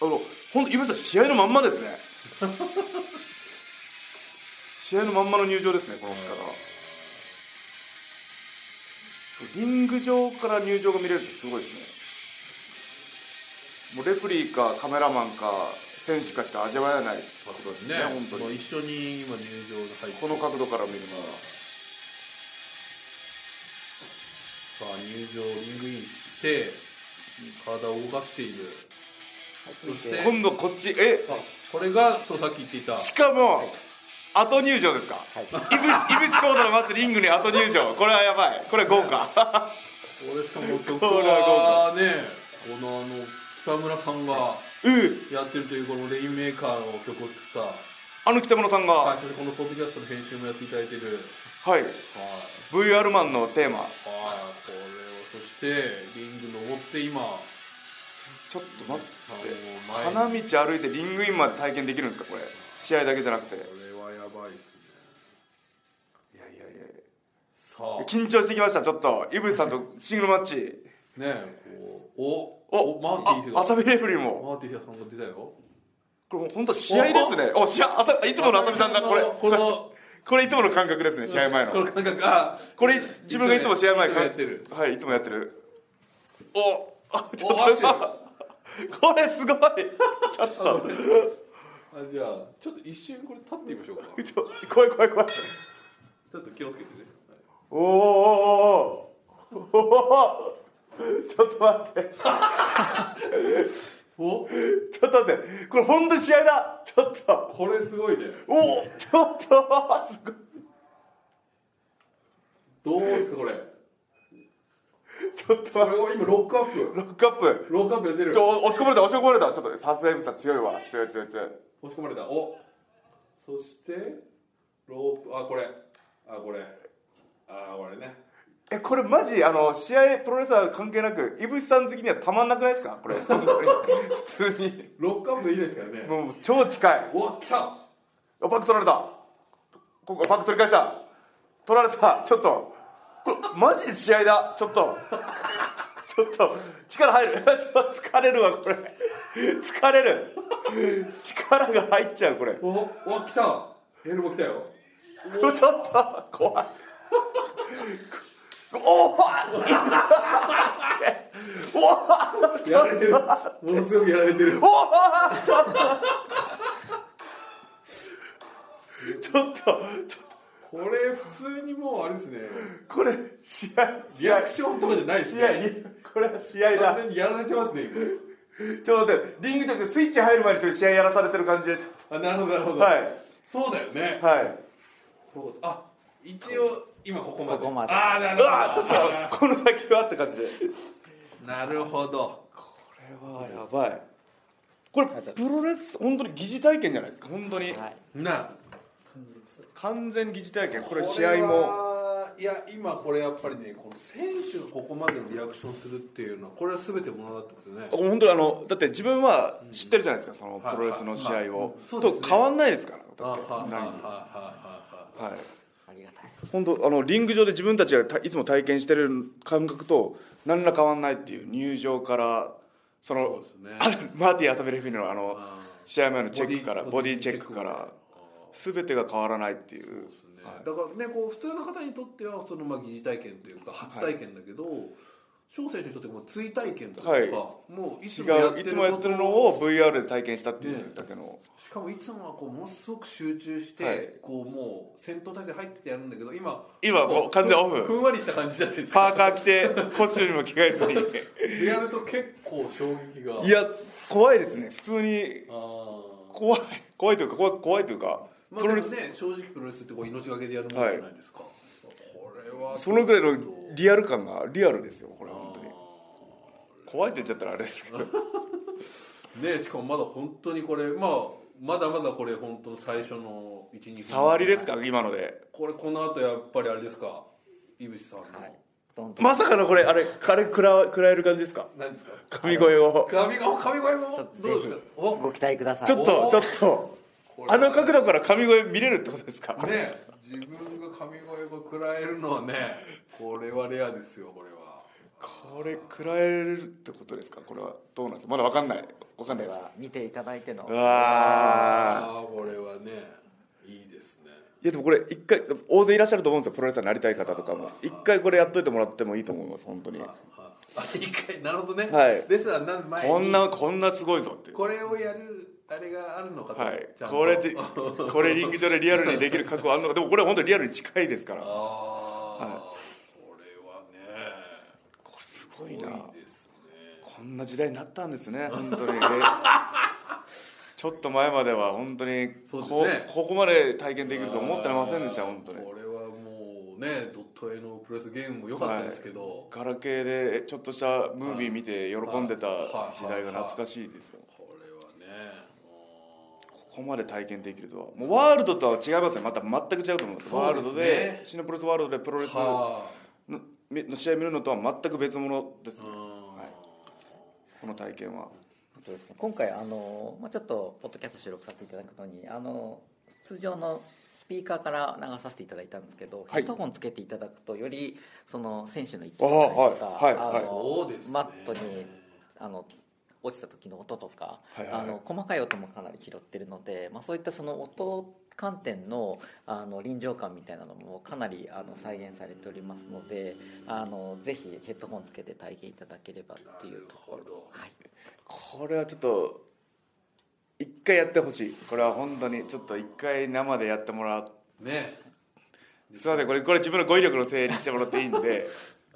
[SPEAKER 1] あの、本当、井口さん、試合のまんまですね。 試合のまんまの入場ですね、この方が。リング上から入場が見れるってすごいですね。もうレフリーかカメラマンか選手かしか味わえないことですね、本当
[SPEAKER 2] もう
[SPEAKER 1] に。
[SPEAKER 2] 一緒に今入場で入って
[SPEAKER 1] この角度から見るのは。
[SPEAKER 2] さあ入場リングインして体を動かしている
[SPEAKER 3] はい
[SPEAKER 2] そして
[SPEAKER 3] 続いて
[SPEAKER 1] 今度こっち、え、
[SPEAKER 2] あこれがそうさっき言っていた
[SPEAKER 1] しかも、後入場ですか。
[SPEAKER 3] はい
[SPEAKER 1] 井口、井口コードの待つリングに後入場。これはやばい。これ豪華。
[SPEAKER 2] これしかも曲
[SPEAKER 1] これは
[SPEAKER 2] はねこのあの北村さんが
[SPEAKER 1] うん。
[SPEAKER 2] やってるというこのレインメーカーの曲を作った、
[SPEAKER 1] あの北村さんが、
[SPEAKER 2] はい、そしてこのポッドキャストの編集もやっていただいてる
[SPEAKER 1] はい、
[SPEAKER 2] はい
[SPEAKER 1] VR マンのテーマ
[SPEAKER 2] はいこれをそしてリング登って今
[SPEAKER 1] ちょっと待
[SPEAKER 2] さんを
[SPEAKER 1] って
[SPEAKER 2] 前に
[SPEAKER 1] 花道歩いてリングインまで体験できるんですかこれ試合だけじゃなくてい
[SPEAKER 2] これはやばいです
[SPEAKER 1] や
[SPEAKER 2] ね
[SPEAKER 1] いやいや
[SPEAKER 2] さあ
[SPEAKER 1] 緊張してきましたちょっと井口さんとシングルマッチ
[SPEAKER 2] ねえこうお
[SPEAKER 1] お
[SPEAKER 2] マーティーズ
[SPEAKER 1] あ
[SPEAKER 2] が
[SPEAKER 1] 浅見レフェリーも
[SPEAKER 2] マーティーズさんが出たよ
[SPEAKER 1] これもう本当試合ですねお試合あさいつもの浅見さんだこれ
[SPEAKER 2] この
[SPEAKER 1] これいつもの感覚ですね試合前
[SPEAKER 2] こ
[SPEAKER 1] の
[SPEAKER 2] の感覚が
[SPEAKER 1] これ自分がいつも試合前
[SPEAKER 2] いつ
[SPEAKER 1] か
[SPEAKER 2] もやってる
[SPEAKER 1] はいいつもやってるおあちょ
[SPEAKER 2] おアク
[SPEAKER 1] っ
[SPEAKER 2] セ
[SPEAKER 1] と
[SPEAKER 2] ル
[SPEAKER 1] これすごいちょっと
[SPEAKER 2] あじゃあちょっと一瞬これ立ってみましょうか
[SPEAKER 1] ちょ怖い怖い怖い
[SPEAKER 2] ちょっと気をつけてね
[SPEAKER 1] おーおー おーおーおーちょっと待って
[SPEAKER 2] お
[SPEAKER 1] ちょっと待ってこれ本当に試合だちょっと
[SPEAKER 2] これすごいね
[SPEAKER 1] おおちょっとすごい
[SPEAKER 2] どうですかこれ
[SPEAKER 1] ちょっと
[SPEAKER 2] こ
[SPEAKER 1] 待っ
[SPEAKER 2] れは今ロックアッ
[SPEAKER 1] て
[SPEAKER 2] プ
[SPEAKER 1] ロックアップ
[SPEAKER 2] ロックアップが出る
[SPEAKER 1] ちょ落ち込まれた落ち込まれたちょっとさすがエブさん強いわ強い強い強い
[SPEAKER 2] 押し込まれたおそしてロープあこれあこれあこれね
[SPEAKER 1] えこれマジあの試合プロレスラー関係なく井口さん好きにはたまんなくないですかこれ 普通に
[SPEAKER 2] ロックアップでいいですからね
[SPEAKER 1] もう超近い
[SPEAKER 2] お来た
[SPEAKER 1] あパック取られたここパック取り返した取られたちょっとこれマジで試合だちょっとちょっと力入るちょっと疲れるわこれ疲れる力が入っちゃうこれ
[SPEAKER 2] おお来たエルボー来たよ
[SPEAKER 1] ちょっと怖いおおおお
[SPEAKER 2] やられてるものすごくやられてる
[SPEAKER 1] おーちょっとちょっとちょっと
[SPEAKER 2] これ普通にもうあれですね
[SPEAKER 1] これ試合
[SPEAKER 2] リアクションとかじゃないです
[SPEAKER 1] 試合
[SPEAKER 2] ね
[SPEAKER 1] にこれは試合
[SPEAKER 2] 完
[SPEAKER 1] だ
[SPEAKER 2] 全にやられてますね
[SPEAKER 1] ちょっと待ってリング上でスイッチ入る前にちょっと試合やらされてる感じで
[SPEAKER 2] 今あなるほどなるほど、
[SPEAKER 1] はい
[SPEAKER 2] そうだよね、
[SPEAKER 1] はい
[SPEAKER 2] そうあ一応今ここまで
[SPEAKER 3] ここまで
[SPEAKER 2] ああなる
[SPEAKER 1] うわちょ
[SPEAKER 2] ほ
[SPEAKER 1] っとこの先はって感じで
[SPEAKER 2] どなるほど
[SPEAKER 1] これはやばいこれプロレス本当に疑似体験じゃないですか本当に、
[SPEAKER 3] はい
[SPEAKER 2] な
[SPEAKER 1] 完全疑似体験こ
[SPEAKER 2] こ
[SPEAKER 1] れ試合も
[SPEAKER 2] いや今これやっぱりねこの選手がここまでのリアクションするっていうのはこれは全て物語ってますよね
[SPEAKER 1] 本当にあのだって自分は知ってるじゃないですかその
[SPEAKER 2] はい
[SPEAKER 1] プロレスの試合を、
[SPEAKER 2] はいはいそうですね
[SPEAKER 1] と変わんないですから
[SPEAKER 2] あ
[SPEAKER 1] だっ
[SPEAKER 2] は
[SPEAKER 1] て
[SPEAKER 2] いはいはい
[SPEAKER 1] 何も
[SPEAKER 2] は
[SPEAKER 1] はい
[SPEAKER 3] ありがたい
[SPEAKER 1] 本当あのリング上で自分たちがたいつも体験してる感覚と何ら変わんないっていう入場からそ
[SPEAKER 2] いはいそう
[SPEAKER 1] の
[SPEAKER 2] ですね
[SPEAKER 1] あマーティー・アサベレフィーノのあの
[SPEAKER 2] あ
[SPEAKER 1] 試合前のチェックから
[SPEAKER 2] ボディ
[SPEAKER 1] ボディチェックから全てが変わらないっていう
[SPEAKER 2] そうですねだからねこう普通の方にとってはそのまあ疑似体験というか初体験だけど翔選手にとってもう追体験というか、
[SPEAKER 1] はい
[SPEAKER 2] もういつもや
[SPEAKER 1] 違
[SPEAKER 2] っ
[SPEAKER 1] う
[SPEAKER 2] て
[SPEAKER 1] い
[SPEAKER 2] る
[SPEAKER 1] つもやってるのを VR で体験したってい
[SPEAKER 2] ね
[SPEAKER 1] うだけの、
[SPEAKER 2] しかもいつもはこうものすごく集中して、
[SPEAKER 1] はい
[SPEAKER 2] こうもう戦闘態勢入っててやるんだけど今
[SPEAKER 1] 今もう完全オフ
[SPEAKER 2] ふんふんわりした感じじゃないです
[SPEAKER 1] パー
[SPEAKER 2] か
[SPEAKER 1] カー着 てコスチュームも着替えず
[SPEAKER 2] でやると結構衝撃が
[SPEAKER 1] にいや怖いですね普通に
[SPEAKER 2] あー
[SPEAKER 1] 怖い怖いというか怖い怖いというか
[SPEAKER 2] ま
[SPEAKER 1] プ
[SPEAKER 2] あ
[SPEAKER 1] ロ
[SPEAKER 2] でも
[SPEAKER 1] レス
[SPEAKER 2] ね正直プロレスってこう命がけでやるものじゃないですか、これは
[SPEAKER 1] そのぐらいの
[SPEAKER 2] ちょっと
[SPEAKER 1] リアル感がリアルですよこれは本当に
[SPEAKER 2] あ
[SPEAKER 1] 怖いって言っちゃったらあれですけど
[SPEAKER 2] ーねしかもまだ本当にこれまあまだまだこれ本当の最初の12分
[SPEAKER 1] 触り ですか今ので
[SPEAKER 2] これこの後やっぱりあれですか井渕さんの、
[SPEAKER 3] はいどんどん
[SPEAKER 1] まさかのこれあれあれ食ら食らえる感じですか
[SPEAKER 2] 何ですか
[SPEAKER 1] 神声を
[SPEAKER 2] 神声神声も
[SPEAKER 3] ちょっと
[SPEAKER 2] どうですか
[SPEAKER 3] ぜひ
[SPEAKER 2] お
[SPEAKER 3] ご期待ください
[SPEAKER 1] ちょっとちょっと
[SPEAKER 2] これ
[SPEAKER 1] あの角度から神声見れるってことですか
[SPEAKER 2] ね自分が神声を食らえるのはねこれはレアですよこれは
[SPEAKER 1] これ食らえるってことですかこれはどうなんですかまだわかんないわかんない
[SPEAKER 3] で
[SPEAKER 1] ですか
[SPEAKER 3] は見ていただいての
[SPEAKER 1] うわー
[SPEAKER 2] あーこれはねいいですね
[SPEAKER 1] いやでもこれ一回大勢いらっしゃると思うんですよプロレスラーになりたい方とかも一回これやっといてもらってもいいと思います本当に
[SPEAKER 2] ああ 一回なるほどね、
[SPEAKER 1] はい
[SPEAKER 2] レスラーになる前に
[SPEAKER 1] こんなこんなすごいぞっていう
[SPEAKER 2] これをやるあれがあるのかと、
[SPEAKER 1] はい
[SPEAKER 2] ちゃんと
[SPEAKER 1] これでこれリング上でリアルにできる覚悟あるのかでもこれは本当にリアルに近いですから
[SPEAKER 2] あ
[SPEAKER 1] こ
[SPEAKER 2] あ、
[SPEAKER 1] はい
[SPEAKER 2] これはね
[SPEAKER 1] れすごいな
[SPEAKER 2] 多いですね
[SPEAKER 1] こんな時代になったんですね本当にねちょっと前までは本当に
[SPEAKER 2] そう
[SPEAKER 1] こ,、
[SPEAKER 2] ですね
[SPEAKER 1] ここまで体験できると思ってませんでした
[SPEAKER 2] あー
[SPEAKER 1] 本当に
[SPEAKER 2] これはもうねドット絵のプロレスゲームも良かったですけど、
[SPEAKER 1] ガラケーでちょっとしたムービー見て喜んでた時代が懐かしいですよ
[SPEAKER 2] これはねもう
[SPEAKER 1] ここまで体験できるとはもうワールドとは違いますねまた全く違うと思うんですワ
[SPEAKER 2] そう
[SPEAKER 1] ー
[SPEAKER 2] で
[SPEAKER 1] ル
[SPEAKER 2] すね
[SPEAKER 1] ドでシンガポールプロレスワールドでプロレスの
[SPEAKER 2] は
[SPEAKER 1] の試合見るのとは全く別物です
[SPEAKER 2] あ、
[SPEAKER 1] ね
[SPEAKER 2] うん
[SPEAKER 1] はいこの体験は
[SPEAKER 3] そうですね、今回あの、まあ、ちょっとポッドキャスト収録させていただくのにあの通常のスピーカーから流させていただいたんですけど、
[SPEAKER 1] はい
[SPEAKER 3] ヘッドホンつけていただくとよりその選手の一
[SPEAKER 1] あー
[SPEAKER 3] とか、
[SPEAKER 1] はいはいはい
[SPEAKER 3] あ
[SPEAKER 2] そ
[SPEAKER 3] の
[SPEAKER 2] うですね
[SPEAKER 3] マットにあの落ちた時の音とか、
[SPEAKER 1] はいはいはい
[SPEAKER 3] あの細かい音もかなり拾ってるので、まあ、そういったその音観点のあの臨場感みたいなのもかなりあの再現されておりますのであのぜひヘッドホンつけて体験いただければっていうとこ
[SPEAKER 2] なる
[SPEAKER 3] ろ
[SPEAKER 2] ほど、
[SPEAKER 3] はい、
[SPEAKER 1] これはちょっと一回やってほしいこれは本当にちょっと一回生でやってもらう
[SPEAKER 2] ね
[SPEAKER 1] すいませんこれこれ自分の語彙力のせいにしてもらっていいん で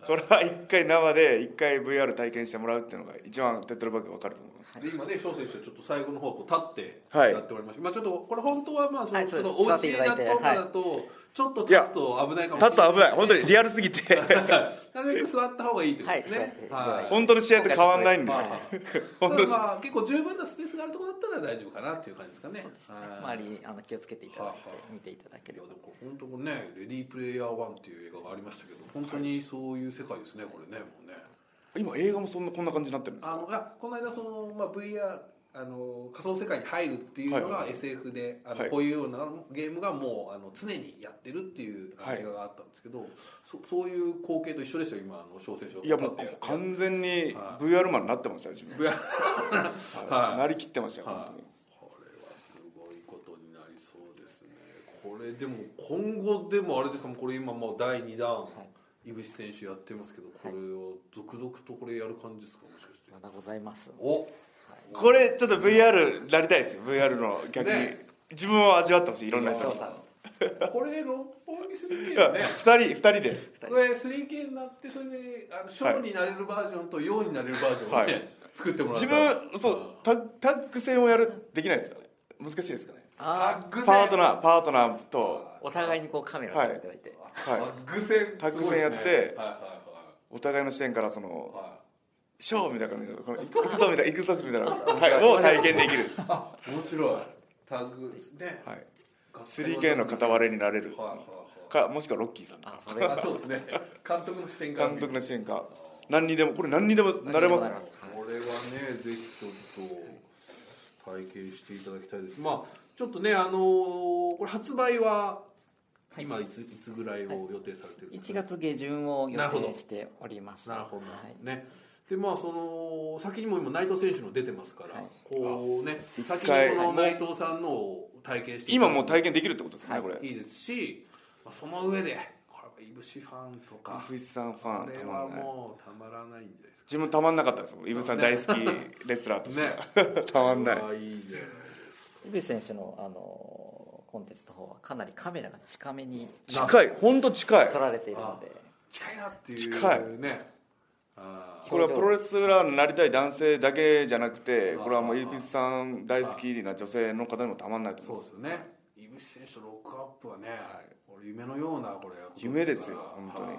[SPEAKER 1] これは一回生で一回 VR 体験してもらうっていうのが一番手っ取り早く分かると思います
[SPEAKER 2] で今ね翔選手はちょっと最後の方こう立って
[SPEAKER 1] はい
[SPEAKER 2] やっておりました、まあちょっとこれ本当はまあその、
[SPEAKER 3] はい
[SPEAKER 2] ちょっと
[SPEAKER 3] そう
[SPEAKER 2] お
[SPEAKER 3] です
[SPEAKER 2] 家だ
[SPEAKER 3] 座っていただいて
[SPEAKER 2] とか
[SPEAKER 3] はい
[SPEAKER 2] だとちょっと立つと危ないかもしれない
[SPEAKER 1] 立つと危ない本当にリアルすぎ て
[SPEAKER 2] なるべく座った方がいいってことですね
[SPEAKER 3] はい
[SPEAKER 2] はい
[SPEAKER 1] 本当の試合と変わんないんで
[SPEAKER 3] まあ
[SPEAKER 1] 本当
[SPEAKER 2] た
[SPEAKER 1] に
[SPEAKER 2] だまあ結構十分なスペースがあるところだったら大丈夫かなっていう感じですかねは
[SPEAKER 3] 周
[SPEAKER 2] い
[SPEAKER 3] りにあの気をつけていただいて
[SPEAKER 2] はあは
[SPEAKER 3] 見ていただけ
[SPEAKER 2] い
[SPEAKER 3] れ
[SPEAKER 2] や
[SPEAKER 3] ば
[SPEAKER 2] でも本当ね「レディープレイヤー1」っていう映画がありましたけど本当にそういう世界ですねこれねもうね
[SPEAKER 1] 今映画もそんなこんな感じになってるんです
[SPEAKER 2] あ
[SPEAKER 1] か
[SPEAKER 2] のいやこの間その、まあ、VR あの仮想世界に入るっていうの
[SPEAKER 1] は
[SPEAKER 2] が
[SPEAKER 1] いはい
[SPEAKER 2] SF で、あの
[SPEAKER 1] はい
[SPEAKER 2] こういうようなゲームがもうあの常にやってるっていうあの
[SPEAKER 1] はい
[SPEAKER 2] 映画があったんですけど、そそういう光景と一緒ですよ今あの小選手
[SPEAKER 1] いやもう完全に VR マンになってましたよ自分
[SPEAKER 2] VR はい
[SPEAKER 1] なりきってましたよ
[SPEAKER 2] は
[SPEAKER 1] 本
[SPEAKER 2] い、これはすごいことになりそうですねこれでも今後でもあれですかもうこれ今もう第2弾、井渕選手やってますけどこれを続々とこれやる感じですかもしかして
[SPEAKER 3] まだございます
[SPEAKER 2] お
[SPEAKER 1] 当にこれちょっと VR なりたいですよ VR の逆に
[SPEAKER 2] ね
[SPEAKER 1] 自分を味わってほしいいろんな人
[SPEAKER 3] 翔
[SPEAKER 1] に
[SPEAKER 3] さん
[SPEAKER 2] これ六本木 3K
[SPEAKER 1] いや
[SPEAKER 2] だ ね
[SPEAKER 1] 二人二人で
[SPEAKER 2] これ 3K になってそれであの小になれるバージョンと陽になれるバージョンをね、
[SPEAKER 1] はい
[SPEAKER 2] 作ってもらっ
[SPEAKER 1] 自
[SPEAKER 2] た
[SPEAKER 1] 分そうタッタッグ戦をやるできないですかね難しいですかね
[SPEAKER 2] タ
[SPEAKER 3] あ
[SPEAKER 2] ッグ戦
[SPEAKER 1] パートナーパートナーと
[SPEAKER 3] ーお互いにこうカメラを撮っていただいて、
[SPEAKER 1] はい
[SPEAKER 2] タッグ戦
[SPEAKER 1] タッグ戦やって
[SPEAKER 2] すごいですねはい
[SPEAKER 1] お互いの視点からそ
[SPEAKER 2] はい
[SPEAKER 1] の
[SPEAKER 2] はいはい
[SPEAKER 1] 勝負みたいな感じでこの行くぞみたいな行くぞみたいな、はい、を体験できる
[SPEAKER 2] あ面白いタグね、
[SPEAKER 1] はい
[SPEAKER 2] 合体技
[SPEAKER 1] 3K の片割れになれる
[SPEAKER 2] はいはい
[SPEAKER 1] かもしくはロッキーさん
[SPEAKER 3] あ
[SPEAKER 1] か
[SPEAKER 3] それ
[SPEAKER 2] はい
[SPEAKER 3] が
[SPEAKER 2] あそうですね監督の視点から
[SPEAKER 1] 監督の視点か何にでもこれ何にでもなれます
[SPEAKER 3] 何にでもなれます
[SPEAKER 2] これはねぜひちょっと体験していただきたいですまあちょっとねあのーこれ発売は今いついつぐらいを予定されてるんです
[SPEAKER 3] 1
[SPEAKER 2] か、
[SPEAKER 3] 月下旬を予
[SPEAKER 2] なるほど
[SPEAKER 3] 定しております
[SPEAKER 2] なるほど、
[SPEAKER 3] はい
[SPEAKER 2] ねでまあその先にも今内藤選手の出てますから、
[SPEAKER 3] はい
[SPEAKER 2] こうね
[SPEAKER 1] 一
[SPEAKER 2] 先
[SPEAKER 1] 回
[SPEAKER 2] にこの内藤さんのを体験していただ
[SPEAKER 1] 今
[SPEAKER 2] く
[SPEAKER 1] もう体験できるってことですよねこれ
[SPEAKER 2] いいですし、まあ、その上でこれはイブシファンとか
[SPEAKER 1] 福井さんファ
[SPEAKER 2] こ
[SPEAKER 1] ン
[SPEAKER 2] れ
[SPEAKER 1] たま
[SPEAKER 2] は
[SPEAKER 1] んない
[SPEAKER 2] もうたまらないんじゃないですか
[SPEAKER 1] 自分たまんなかったですもんイブさん大好きレスラーとしてはたまんない
[SPEAKER 2] これはいいじゃない
[SPEAKER 3] 井口選手のあのコンテンツの方はかなりカメラが近めに
[SPEAKER 1] 近い本当近い
[SPEAKER 3] 撮られているので
[SPEAKER 2] 近いなっていう
[SPEAKER 1] 近い
[SPEAKER 2] ねあー
[SPEAKER 1] これはプロレスラーになりたい男性だけじゃなくてこれはもう
[SPEAKER 2] あー
[SPEAKER 1] イブさん大好きな女性の方にもたまんないと
[SPEAKER 2] そう
[SPEAKER 1] 思う
[SPEAKER 2] ですよねイブシ選手のロックアップはね、これ夢のようなこれ
[SPEAKER 1] 夢ですよ本当に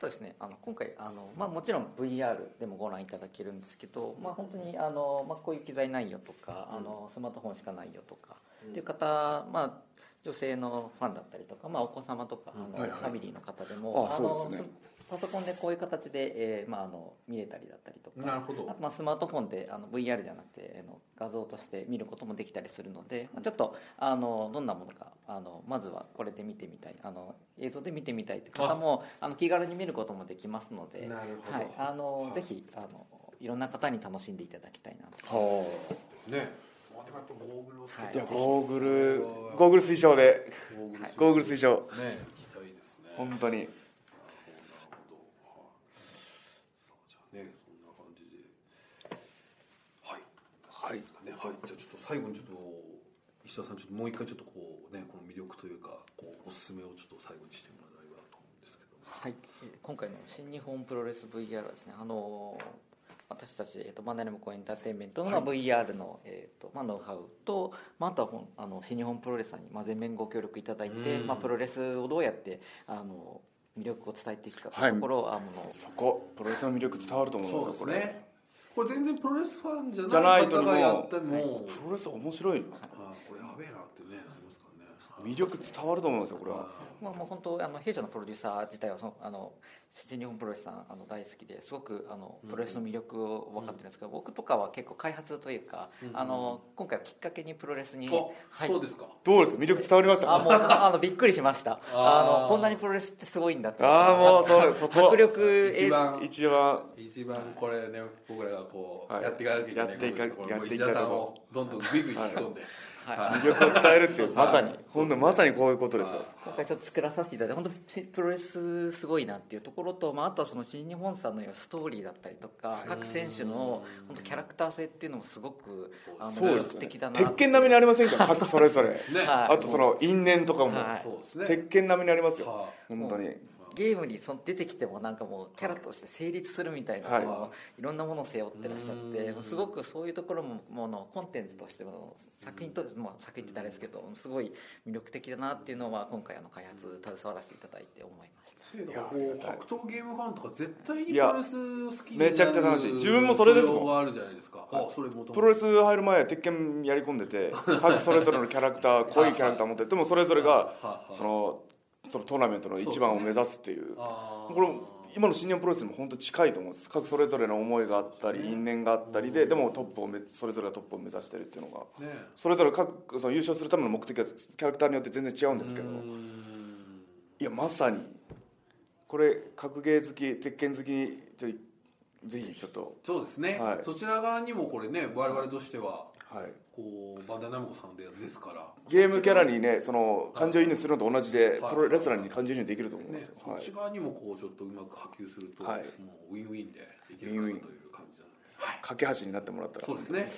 [SPEAKER 3] そうですねあの今回あの、まあ、もちろん VR でもご覧いただけるんですけど、まあ、本当にあの、まあ、こういう機材ないよとか、あのスマートフォンしかないよとか、っていう方、まあ、女性のファンだったりとか、まあ、お子様とかあの、
[SPEAKER 1] はいはい
[SPEAKER 3] ファミリーの方でも
[SPEAKER 1] あそうですね
[SPEAKER 3] のパソコンでこういう形で、えーまあ、あの見れたりだったりとか
[SPEAKER 2] なるほ
[SPEAKER 3] あ
[SPEAKER 2] ど
[SPEAKER 3] とまあスマートフォンであの VR じゃなくてあの画像として見ることもできたりするので、まあちょっとあのどんなものかあのまずはこれで見てみたいあの映像で見てみたいって方もあの気軽に見ることもできますので
[SPEAKER 2] なるほど
[SPEAKER 3] はい、あの、
[SPEAKER 2] はい
[SPEAKER 3] ぜひあのいろんな方に楽しんでいただきたいなと
[SPEAKER 1] は
[SPEAKER 2] ねまあでもやっぱゴーグルをつけ
[SPEAKER 1] い
[SPEAKER 2] て
[SPEAKER 1] や
[SPEAKER 2] ほしい
[SPEAKER 1] ゴーグルゴーグル推奨で
[SPEAKER 2] ゴーグルする
[SPEAKER 1] ゴーグル推奨
[SPEAKER 2] ね行きたいですね
[SPEAKER 1] 本当に
[SPEAKER 2] じゃあねそんな感じではいはいですかねはいじゃあちょっと最後にちょっと石田さんちょっともう一回ちょっとこうねこの魅力というかこうおすすめをちょっと最後にしてもらえればと思うんですけど
[SPEAKER 3] はい、えー今回の新日本プロレス VR はですね、あのー私たち、えー、とマネルムコエンターテインメントの、まあ VR の、えーとまあ、ノウハウと、まあ、あとはほんあの新日本プロレスさんに、まあ、全面ご協力いただいて、
[SPEAKER 2] うん
[SPEAKER 3] まあ、プロレスをどうやってあの魅力を伝えていくかと
[SPEAKER 1] はい
[SPEAKER 3] いうところを、あの
[SPEAKER 1] そこプロレスの魅力伝わると思うん
[SPEAKER 2] そう
[SPEAKER 1] で
[SPEAKER 2] ですす
[SPEAKER 1] よこれ
[SPEAKER 2] ねこれ全然プロレスファンじ
[SPEAKER 1] じ
[SPEAKER 2] ゃ
[SPEAKER 1] ゃ
[SPEAKER 2] な
[SPEAKER 1] ないい
[SPEAKER 2] 方
[SPEAKER 1] と
[SPEAKER 2] がや
[SPEAKER 1] も
[SPEAKER 2] っても
[SPEAKER 1] プロレス面白いな
[SPEAKER 2] あこれやべえなってねありますからね
[SPEAKER 1] 魅力伝わると思うんですよこれは
[SPEAKER 3] まあ、もう本当あの弊社のプロデューサー自体はそのあの新日本プロレスさんあの大好きですごくあのプロレスの魅力を分かってるんですけど、僕とかは結構開発というか、あの今回はきっかけにプロレスに
[SPEAKER 2] あ
[SPEAKER 3] 入
[SPEAKER 2] そ
[SPEAKER 3] っ
[SPEAKER 2] うですか
[SPEAKER 1] どうですか魅力伝わりました
[SPEAKER 3] あもうあのびっくりしました
[SPEAKER 2] あ
[SPEAKER 3] あ
[SPEAKER 2] ー
[SPEAKER 3] のこんなにプロレスってすごいんだって
[SPEAKER 1] あーもうそう
[SPEAKER 3] なんか
[SPEAKER 1] そこ
[SPEAKER 3] 迫力
[SPEAKER 2] 一番
[SPEAKER 1] 一番
[SPEAKER 2] 一番これね僕らがこう
[SPEAKER 1] はい
[SPEAKER 2] やっていかなきゃいけないことですからこれ
[SPEAKER 1] や
[SPEAKER 2] も
[SPEAKER 1] っ
[SPEAKER 2] う
[SPEAKER 1] てい
[SPEAKER 2] 石
[SPEAKER 1] か
[SPEAKER 2] 田さ
[SPEAKER 1] やっていかないと
[SPEAKER 2] んをどんどんグイグイ引き込んで
[SPEAKER 3] はい
[SPEAKER 1] 魅力を伝えるっていうまさに
[SPEAKER 2] はい
[SPEAKER 1] ほんのまさにこういうことですよ
[SPEAKER 3] 今回ちょっと作らさせていただいて本当にプロレスすごいなっていうところと、まあ、あとはその新日本さんのようなストーリーだったりとか各選手の本当キャラクター性っていうのもすごくあの
[SPEAKER 1] そう
[SPEAKER 3] 魅
[SPEAKER 1] で
[SPEAKER 3] 力
[SPEAKER 1] すね
[SPEAKER 3] 的だな
[SPEAKER 1] 鉄拳並みにありません か各それぞれ
[SPEAKER 2] ね
[SPEAKER 3] はい
[SPEAKER 1] あとその因縁とかも
[SPEAKER 3] はい
[SPEAKER 2] そうですね
[SPEAKER 1] 鉄拳並みにありますよ
[SPEAKER 2] は
[SPEAKER 1] 本当に
[SPEAKER 3] ゲームにその出てきてもなんかもうキャラとして成立するみたいな、
[SPEAKER 1] はい
[SPEAKER 3] い、ろんなものを背負ってらっしゃっ
[SPEAKER 2] うん
[SPEAKER 3] てすごくそういうところもものコンテンツとしても作品と、まあ、作品って誰ですけどすごい魅力的だなっていうのは今回あの開発携わらせていただいて思いました
[SPEAKER 2] いだからこう格闘ゲームファンとか絶対に
[SPEAKER 1] い
[SPEAKER 2] プ
[SPEAKER 1] や
[SPEAKER 2] ロレス好きになる
[SPEAKER 1] めちゃくちゃ楽しい自分もそれですもん
[SPEAKER 2] 素養があるじゃないですかあそれも
[SPEAKER 1] プロレ
[SPEAKER 2] ス
[SPEAKER 1] ス入る前は鉄拳やり込んでて各それぞれのキャラクター濃いキャラクター持っててでもそれぞれが
[SPEAKER 2] はい
[SPEAKER 1] そのそのトーナメントの一番を目指すっていう
[SPEAKER 2] あー
[SPEAKER 1] これ今の新日本プロレスにも本当近いと思うんです各それぞれの思いがあったり因縁があったりででもトップをめそれぞれがトップを目指してるっていうのが
[SPEAKER 2] ね
[SPEAKER 1] それぞれ各その優勝するための目的はキャラクターによって全然違うんですけど
[SPEAKER 2] うーん
[SPEAKER 1] いやまさにこれ格ゲー好き鉄拳好きにちょいぜひちょっと
[SPEAKER 2] そうですね
[SPEAKER 1] はい
[SPEAKER 2] そちら側にもこれね我々としては
[SPEAKER 1] はい
[SPEAKER 2] こうバンダイナムコさんでですから
[SPEAKER 1] ゲームキャラにねその感情移入するのと同じで
[SPEAKER 2] はい
[SPEAKER 1] プロレスラーに感情移入できると思うんで
[SPEAKER 2] ね
[SPEAKER 1] すよ、、
[SPEAKER 2] こ
[SPEAKER 1] は
[SPEAKER 2] っ
[SPEAKER 1] い
[SPEAKER 2] ち、側にもこうちょっとうまく波及すると、
[SPEAKER 1] はい
[SPEAKER 2] もうウィンウィンでできるかなという感じなんで
[SPEAKER 1] 架け橋になってもらったら
[SPEAKER 2] そうですね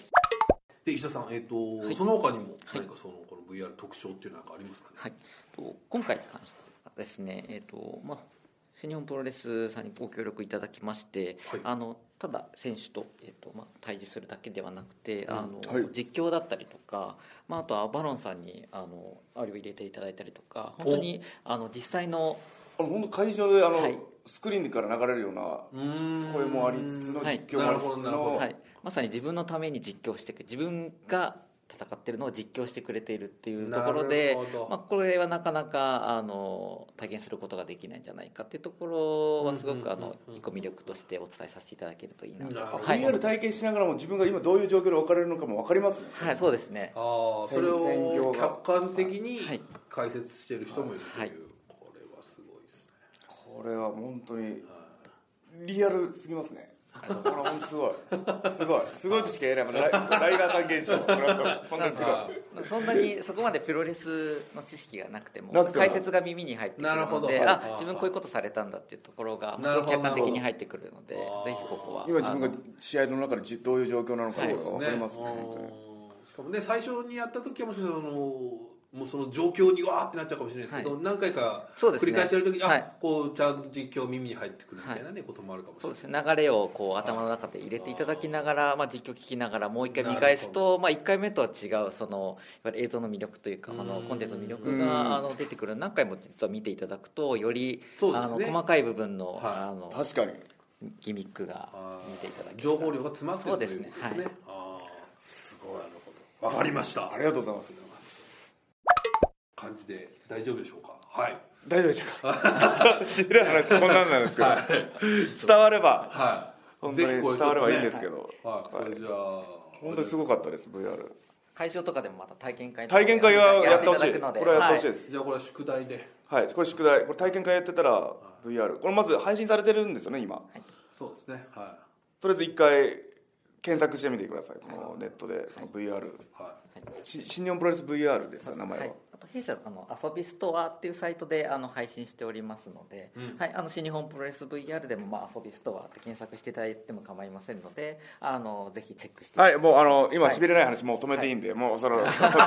[SPEAKER 2] で石田さん、えーとその他にも何かそのこの VR 特徴っていうのはなんかありますかね、
[SPEAKER 3] はい、と今回に関してはですね、えーとまあ、新日本プロレスさんにご協力いただきまして、
[SPEAKER 2] はい
[SPEAKER 3] あのただ選手と,、えーとまあ、対峙するだけではなくて、あの
[SPEAKER 1] はい
[SPEAKER 3] 実況だったりとか、まあ、あとはバロンさんにあのあれを入れていただいたりとか本当にあの実際の
[SPEAKER 1] あの本当会場であの、
[SPEAKER 3] はい
[SPEAKER 1] スクリーンから流れるような声もありつつの
[SPEAKER 3] はい
[SPEAKER 1] 実況もありつつ
[SPEAKER 2] なるほどなるほど
[SPEAKER 1] の、
[SPEAKER 3] はい、まさに自分のために実況してく自分が戦ってるのを実況してくれているっていうところで
[SPEAKER 2] なるほど、
[SPEAKER 3] まあ、これはなかなかあの体現することができないんじゃないかっていうところはすご
[SPEAKER 2] うんうん
[SPEAKER 3] く
[SPEAKER 2] うん
[SPEAKER 3] あの一個魅力としてお伝えさせていただけるといいなと
[SPEAKER 2] なるほど
[SPEAKER 3] はい、
[SPEAKER 1] VR 体験しながらも自分が今どういう状況で置かれるのかも分かりますね
[SPEAKER 3] はい、そうですね
[SPEAKER 2] ああそれ
[SPEAKER 1] 選挙
[SPEAKER 2] を
[SPEAKER 1] が
[SPEAKER 2] 客観的に
[SPEAKER 3] はい
[SPEAKER 2] 解説してる人もいるという、
[SPEAKER 3] はい
[SPEAKER 2] これはすごいですね
[SPEAKER 1] これは本当にリアルすぎますねこれ本当すごいすごいすごいとしか言えないまだライライガーさん現象これは本当にすごい
[SPEAKER 3] そんなにそこまでプロレスの知識がなくても
[SPEAKER 1] なくても
[SPEAKER 3] 解説が耳に入ってくる
[SPEAKER 2] なるほ
[SPEAKER 3] の
[SPEAKER 2] ど
[SPEAKER 3] で
[SPEAKER 2] はい
[SPEAKER 3] あ自分こういうことされたんだっていうところがま
[SPEAKER 2] な
[SPEAKER 3] あす
[SPEAKER 2] る
[SPEAKER 3] ご
[SPEAKER 2] ほ
[SPEAKER 3] く
[SPEAKER 2] ど
[SPEAKER 3] 客観的に入ってくるので
[SPEAKER 2] なるほど
[SPEAKER 3] ぜひここは
[SPEAKER 1] 今自分が
[SPEAKER 3] あの
[SPEAKER 1] 試合の中でじどういう状況なのかとか分かりますね
[SPEAKER 2] ね
[SPEAKER 1] 本当に
[SPEAKER 2] うんしかもね最初にやった時はもしかしたらあのもうその状況にわーってなっちゃうかもしれないですけど、
[SPEAKER 3] は
[SPEAKER 2] 何回か
[SPEAKER 3] そうです
[SPEAKER 2] 繰
[SPEAKER 3] ね
[SPEAKER 2] り返してる時に、あ、
[SPEAKER 3] はい
[SPEAKER 2] こうちゃんと実況耳に入ってくるみたいなね、こともあるかもしれ
[SPEAKER 3] そう
[SPEAKER 2] ない
[SPEAKER 3] ですね流れをこう頭の中で入れていただきながら、まあ、実況聞きながらもう一回
[SPEAKER 2] なる
[SPEAKER 3] 見
[SPEAKER 2] ほど
[SPEAKER 3] 返すと、まあ、1回目とは違うそのいわゆる映像の魅力というかあの
[SPEAKER 2] うん
[SPEAKER 3] コンテンツの魅
[SPEAKER 1] う
[SPEAKER 3] 力
[SPEAKER 1] ん
[SPEAKER 3] があの出てくる何回も実は見ていただくとより、
[SPEAKER 2] そうです
[SPEAKER 3] あ
[SPEAKER 2] ね
[SPEAKER 3] の細かい部分の,、
[SPEAKER 2] はい
[SPEAKER 3] あの
[SPEAKER 1] 確かに
[SPEAKER 3] ギミックが
[SPEAKER 2] あー
[SPEAKER 3] 見ていただける
[SPEAKER 2] 情報量が詰まってるとい
[SPEAKER 3] そうですね
[SPEAKER 2] こと
[SPEAKER 3] はい
[SPEAKER 2] あーすごいなるほどわかりました
[SPEAKER 1] ありがとうございます
[SPEAKER 2] 感じで大丈夫でしょうかはい
[SPEAKER 1] 大丈夫でしょうか知らない話こんなんなんですけど伝われば
[SPEAKER 2] はい
[SPEAKER 1] 本当に伝わればいいんですけ
[SPEAKER 2] ど
[SPEAKER 1] ど
[SPEAKER 2] はいこれじゃあ
[SPEAKER 1] 本当にすごかったです VR
[SPEAKER 3] 会場とかでもまた体験会とか
[SPEAKER 1] 体験会はやってほし
[SPEAKER 3] らせ
[SPEAKER 1] い
[SPEAKER 3] ただくので
[SPEAKER 1] これはやってほしいです
[SPEAKER 2] じゃあこれは宿題で
[SPEAKER 1] はい、これ宿題、これ体験会やってたら VR、これまず配信されてるんですよね、今。
[SPEAKER 2] そうですねは
[SPEAKER 1] とりあえず一回検索してみてください、このネットで、その VR、
[SPEAKER 2] いは
[SPEAKER 1] し新日本プロレス VR です
[SPEAKER 3] そう
[SPEAKER 1] か、名
[SPEAKER 3] です
[SPEAKER 1] 前は。
[SPEAKER 3] い、あと弊社あの遊びストアっていうサイトであの配信しておりますので、
[SPEAKER 2] うん
[SPEAKER 3] はい、あの新日本プロレス VR でも、まあ、遊びストアって検索していただいても構いませんのであのぜひチェックして
[SPEAKER 1] はいい、もうあの今
[SPEAKER 3] はい
[SPEAKER 1] しびれない話もう止めていいんで、もうそのそっちの遊び
[SPEAKER 3] ただ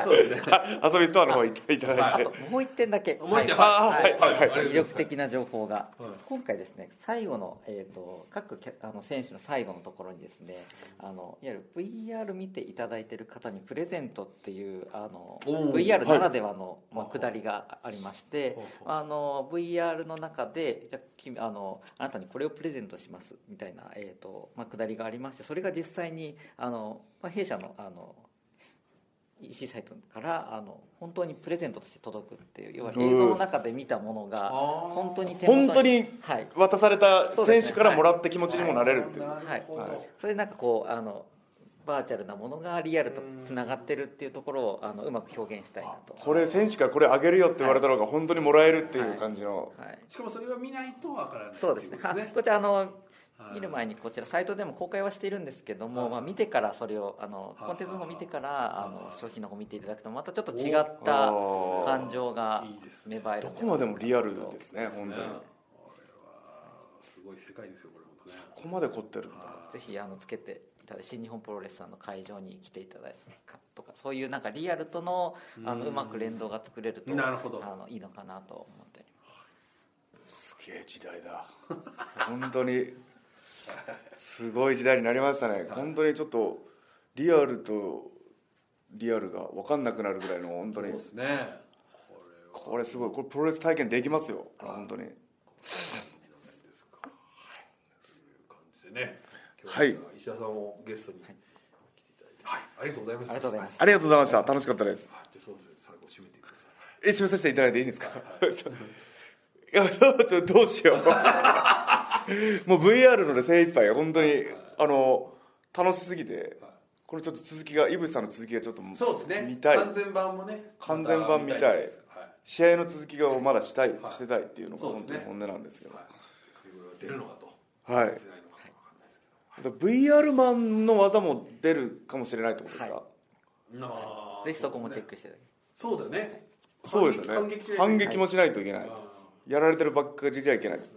[SPEAKER 3] き
[SPEAKER 2] そうですね
[SPEAKER 1] はい遊びストアの方行っていただい
[SPEAKER 3] あ
[SPEAKER 1] て、
[SPEAKER 3] ともう一点だけ
[SPEAKER 2] もう一点
[SPEAKER 1] はい
[SPEAKER 3] はい
[SPEAKER 1] はいはい
[SPEAKER 2] はい
[SPEAKER 3] 魅力的な情報が、
[SPEAKER 2] はい
[SPEAKER 3] 今回ですね最後の、えー、と各キャあの選手の最後のところにですねあのいわゆる VR 見ていただいている方にプレゼントっていうあの
[SPEAKER 2] おー
[SPEAKER 3] VR ならではの、まあ、くだりがありまして
[SPEAKER 2] ほうほう
[SPEAKER 3] あの VR の中でじゃあ君あのあなたにこれをプレゼントしますみたいな、えーとまあ、くだりがありましてそれが実際にあの、まあ、弊社のあの EC サイトからあの本当にプレゼントとして届くっていう要は映像の中で見たものが
[SPEAKER 2] あー
[SPEAKER 3] 本当に手元
[SPEAKER 1] 本当に
[SPEAKER 3] はい、
[SPEAKER 1] 渡された
[SPEAKER 3] そう
[SPEAKER 1] 選
[SPEAKER 3] ですね
[SPEAKER 1] 手からもらった気持ちにもなれるっていう。
[SPEAKER 2] なるほど
[SPEAKER 1] はい
[SPEAKER 3] それでなんかこうあのバーチャルなものがリアルと
[SPEAKER 2] うん
[SPEAKER 3] つながってるっていうところをあのうまく表現したいなと
[SPEAKER 1] これ選手からこれあげるよって言われたのが本当にもらえるっていう感じの、
[SPEAKER 3] はい、
[SPEAKER 2] しかもそれは見ないとわからない
[SPEAKER 3] そうですね
[SPEAKER 2] っていこと
[SPEAKER 3] あこちらあの
[SPEAKER 2] はい
[SPEAKER 3] 見る前にこちらサイトでも公開はしているんですけども、
[SPEAKER 2] はい
[SPEAKER 3] まあ、見てからそれをあの
[SPEAKER 2] はい
[SPEAKER 3] コンテンツの方見てから、
[SPEAKER 2] い
[SPEAKER 3] あの商品の方見ていただくとまたちょっと違った
[SPEAKER 1] おー
[SPEAKER 3] 感情が
[SPEAKER 2] いいです
[SPEAKER 3] 芽
[SPEAKER 2] ね
[SPEAKER 3] 生える
[SPEAKER 1] ど
[SPEAKER 3] んじゃないかなと
[SPEAKER 1] こまでもリアルですね、本
[SPEAKER 2] ね
[SPEAKER 1] 当に。
[SPEAKER 2] これはすごい世界ですよこれ本当ね
[SPEAKER 1] ここまで凝ってるんだ。
[SPEAKER 2] はい
[SPEAKER 3] ぜひあのつけていただいて新日本プロレスさんの会場に来ていただいたとかそういうなんかリアルとのあの
[SPEAKER 2] うん
[SPEAKER 3] うまく連動が作れると
[SPEAKER 2] なるほど
[SPEAKER 3] あのいいのかなと思っております
[SPEAKER 1] すげえ時代だ本当にすごい時代になりましたね本当にちょっとリアルとリアルが分かんなくなるぐらいの本当
[SPEAKER 2] そう
[SPEAKER 1] に
[SPEAKER 2] ですねこれは
[SPEAKER 1] これすごいこれプロレス体験できますよ本当に
[SPEAKER 2] ですか。はい。という感じでね。
[SPEAKER 1] はい
[SPEAKER 2] 今日は石田さんをゲストに来ていただいて、はい、ありがとうございます。
[SPEAKER 3] ありがとうございます
[SPEAKER 1] ありがとうございました楽しかったです
[SPEAKER 2] はい。じゃあそうです最後締めてください。
[SPEAKER 1] え締めさせていただいていいんですかいやちょっとどうしよう もう VR ので精一杯本当にあの楽しすぎてこれちょっと続きが井渕さんの続きがちょっと
[SPEAKER 2] そうですね。
[SPEAKER 1] 見たい
[SPEAKER 2] 完全版もね。
[SPEAKER 1] 完全版見たい
[SPEAKER 2] まですはい。
[SPEAKER 1] 試合の続きをまだしたい、
[SPEAKER 2] はい
[SPEAKER 1] してたいっていうのが
[SPEAKER 2] そうで
[SPEAKER 1] 本
[SPEAKER 2] す
[SPEAKER 1] 当に
[SPEAKER 2] ね
[SPEAKER 1] 本音なんですけど、
[SPEAKER 2] はい。いろいろ出るのかと。
[SPEAKER 1] はい
[SPEAKER 2] 出ないのかわかんないですけど。
[SPEAKER 1] だから VR マンの技も出るかもしれないってことですか、
[SPEAKER 3] はい
[SPEAKER 2] なあ
[SPEAKER 3] ぜひそこもチェッ。クしていただき
[SPEAKER 2] そうだね。
[SPEAKER 1] そうですよね
[SPEAKER 2] 反
[SPEAKER 1] 反
[SPEAKER 2] 撃
[SPEAKER 1] 撃
[SPEAKER 2] しないといけない
[SPEAKER 1] もしないといけない、
[SPEAKER 2] あ
[SPEAKER 1] やられてるばっかりじゃいけない
[SPEAKER 2] ーね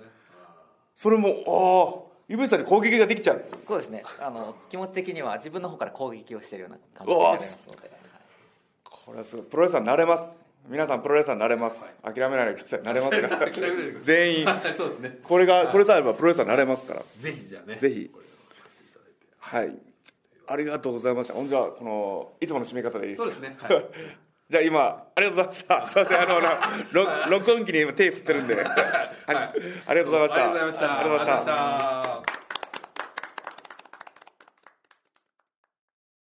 [SPEAKER 1] それもああ井渕さんに攻撃ができちゃう
[SPEAKER 3] そうですねあの気持ち的には自分の方から攻撃をしているような感
[SPEAKER 1] うわ
[SPEAKER 3] じになりますので、はい
[SPEAKER 1] ここれはすごいプロレスラーになれます皆さんプロレスラーになれます、諦めないでくださいなれますから
[SPEAKER 2] 諦めないでください
[SPEAKER 1] 全員
[SPEAKER 2] はい そうですね
[SPEAKER 1] これがこれさえあればプロレスラーになれますから
[SPEAKER 2] ぜひじゃあね
[SPEAKER 1] ぜひ
[SPEAKER 2] これを買っていただいて
[SPEAKER 1] はいありがとうございましたほんじゃあこのいつもの締め方でいいです
[SPEAKER 2] そう
[SPEAKER 1] か
[SPEAKER 2] ですねはい
[SPEAKER 1] じゃあ今ありがとうございました すいませんあの録録音機に今手振ってるんではいありがとうございました
[SPEAKER 2] ありがとうございました
[SPEAKER 1] ありがとうございました
[SPEAKER 2] ありがとうございました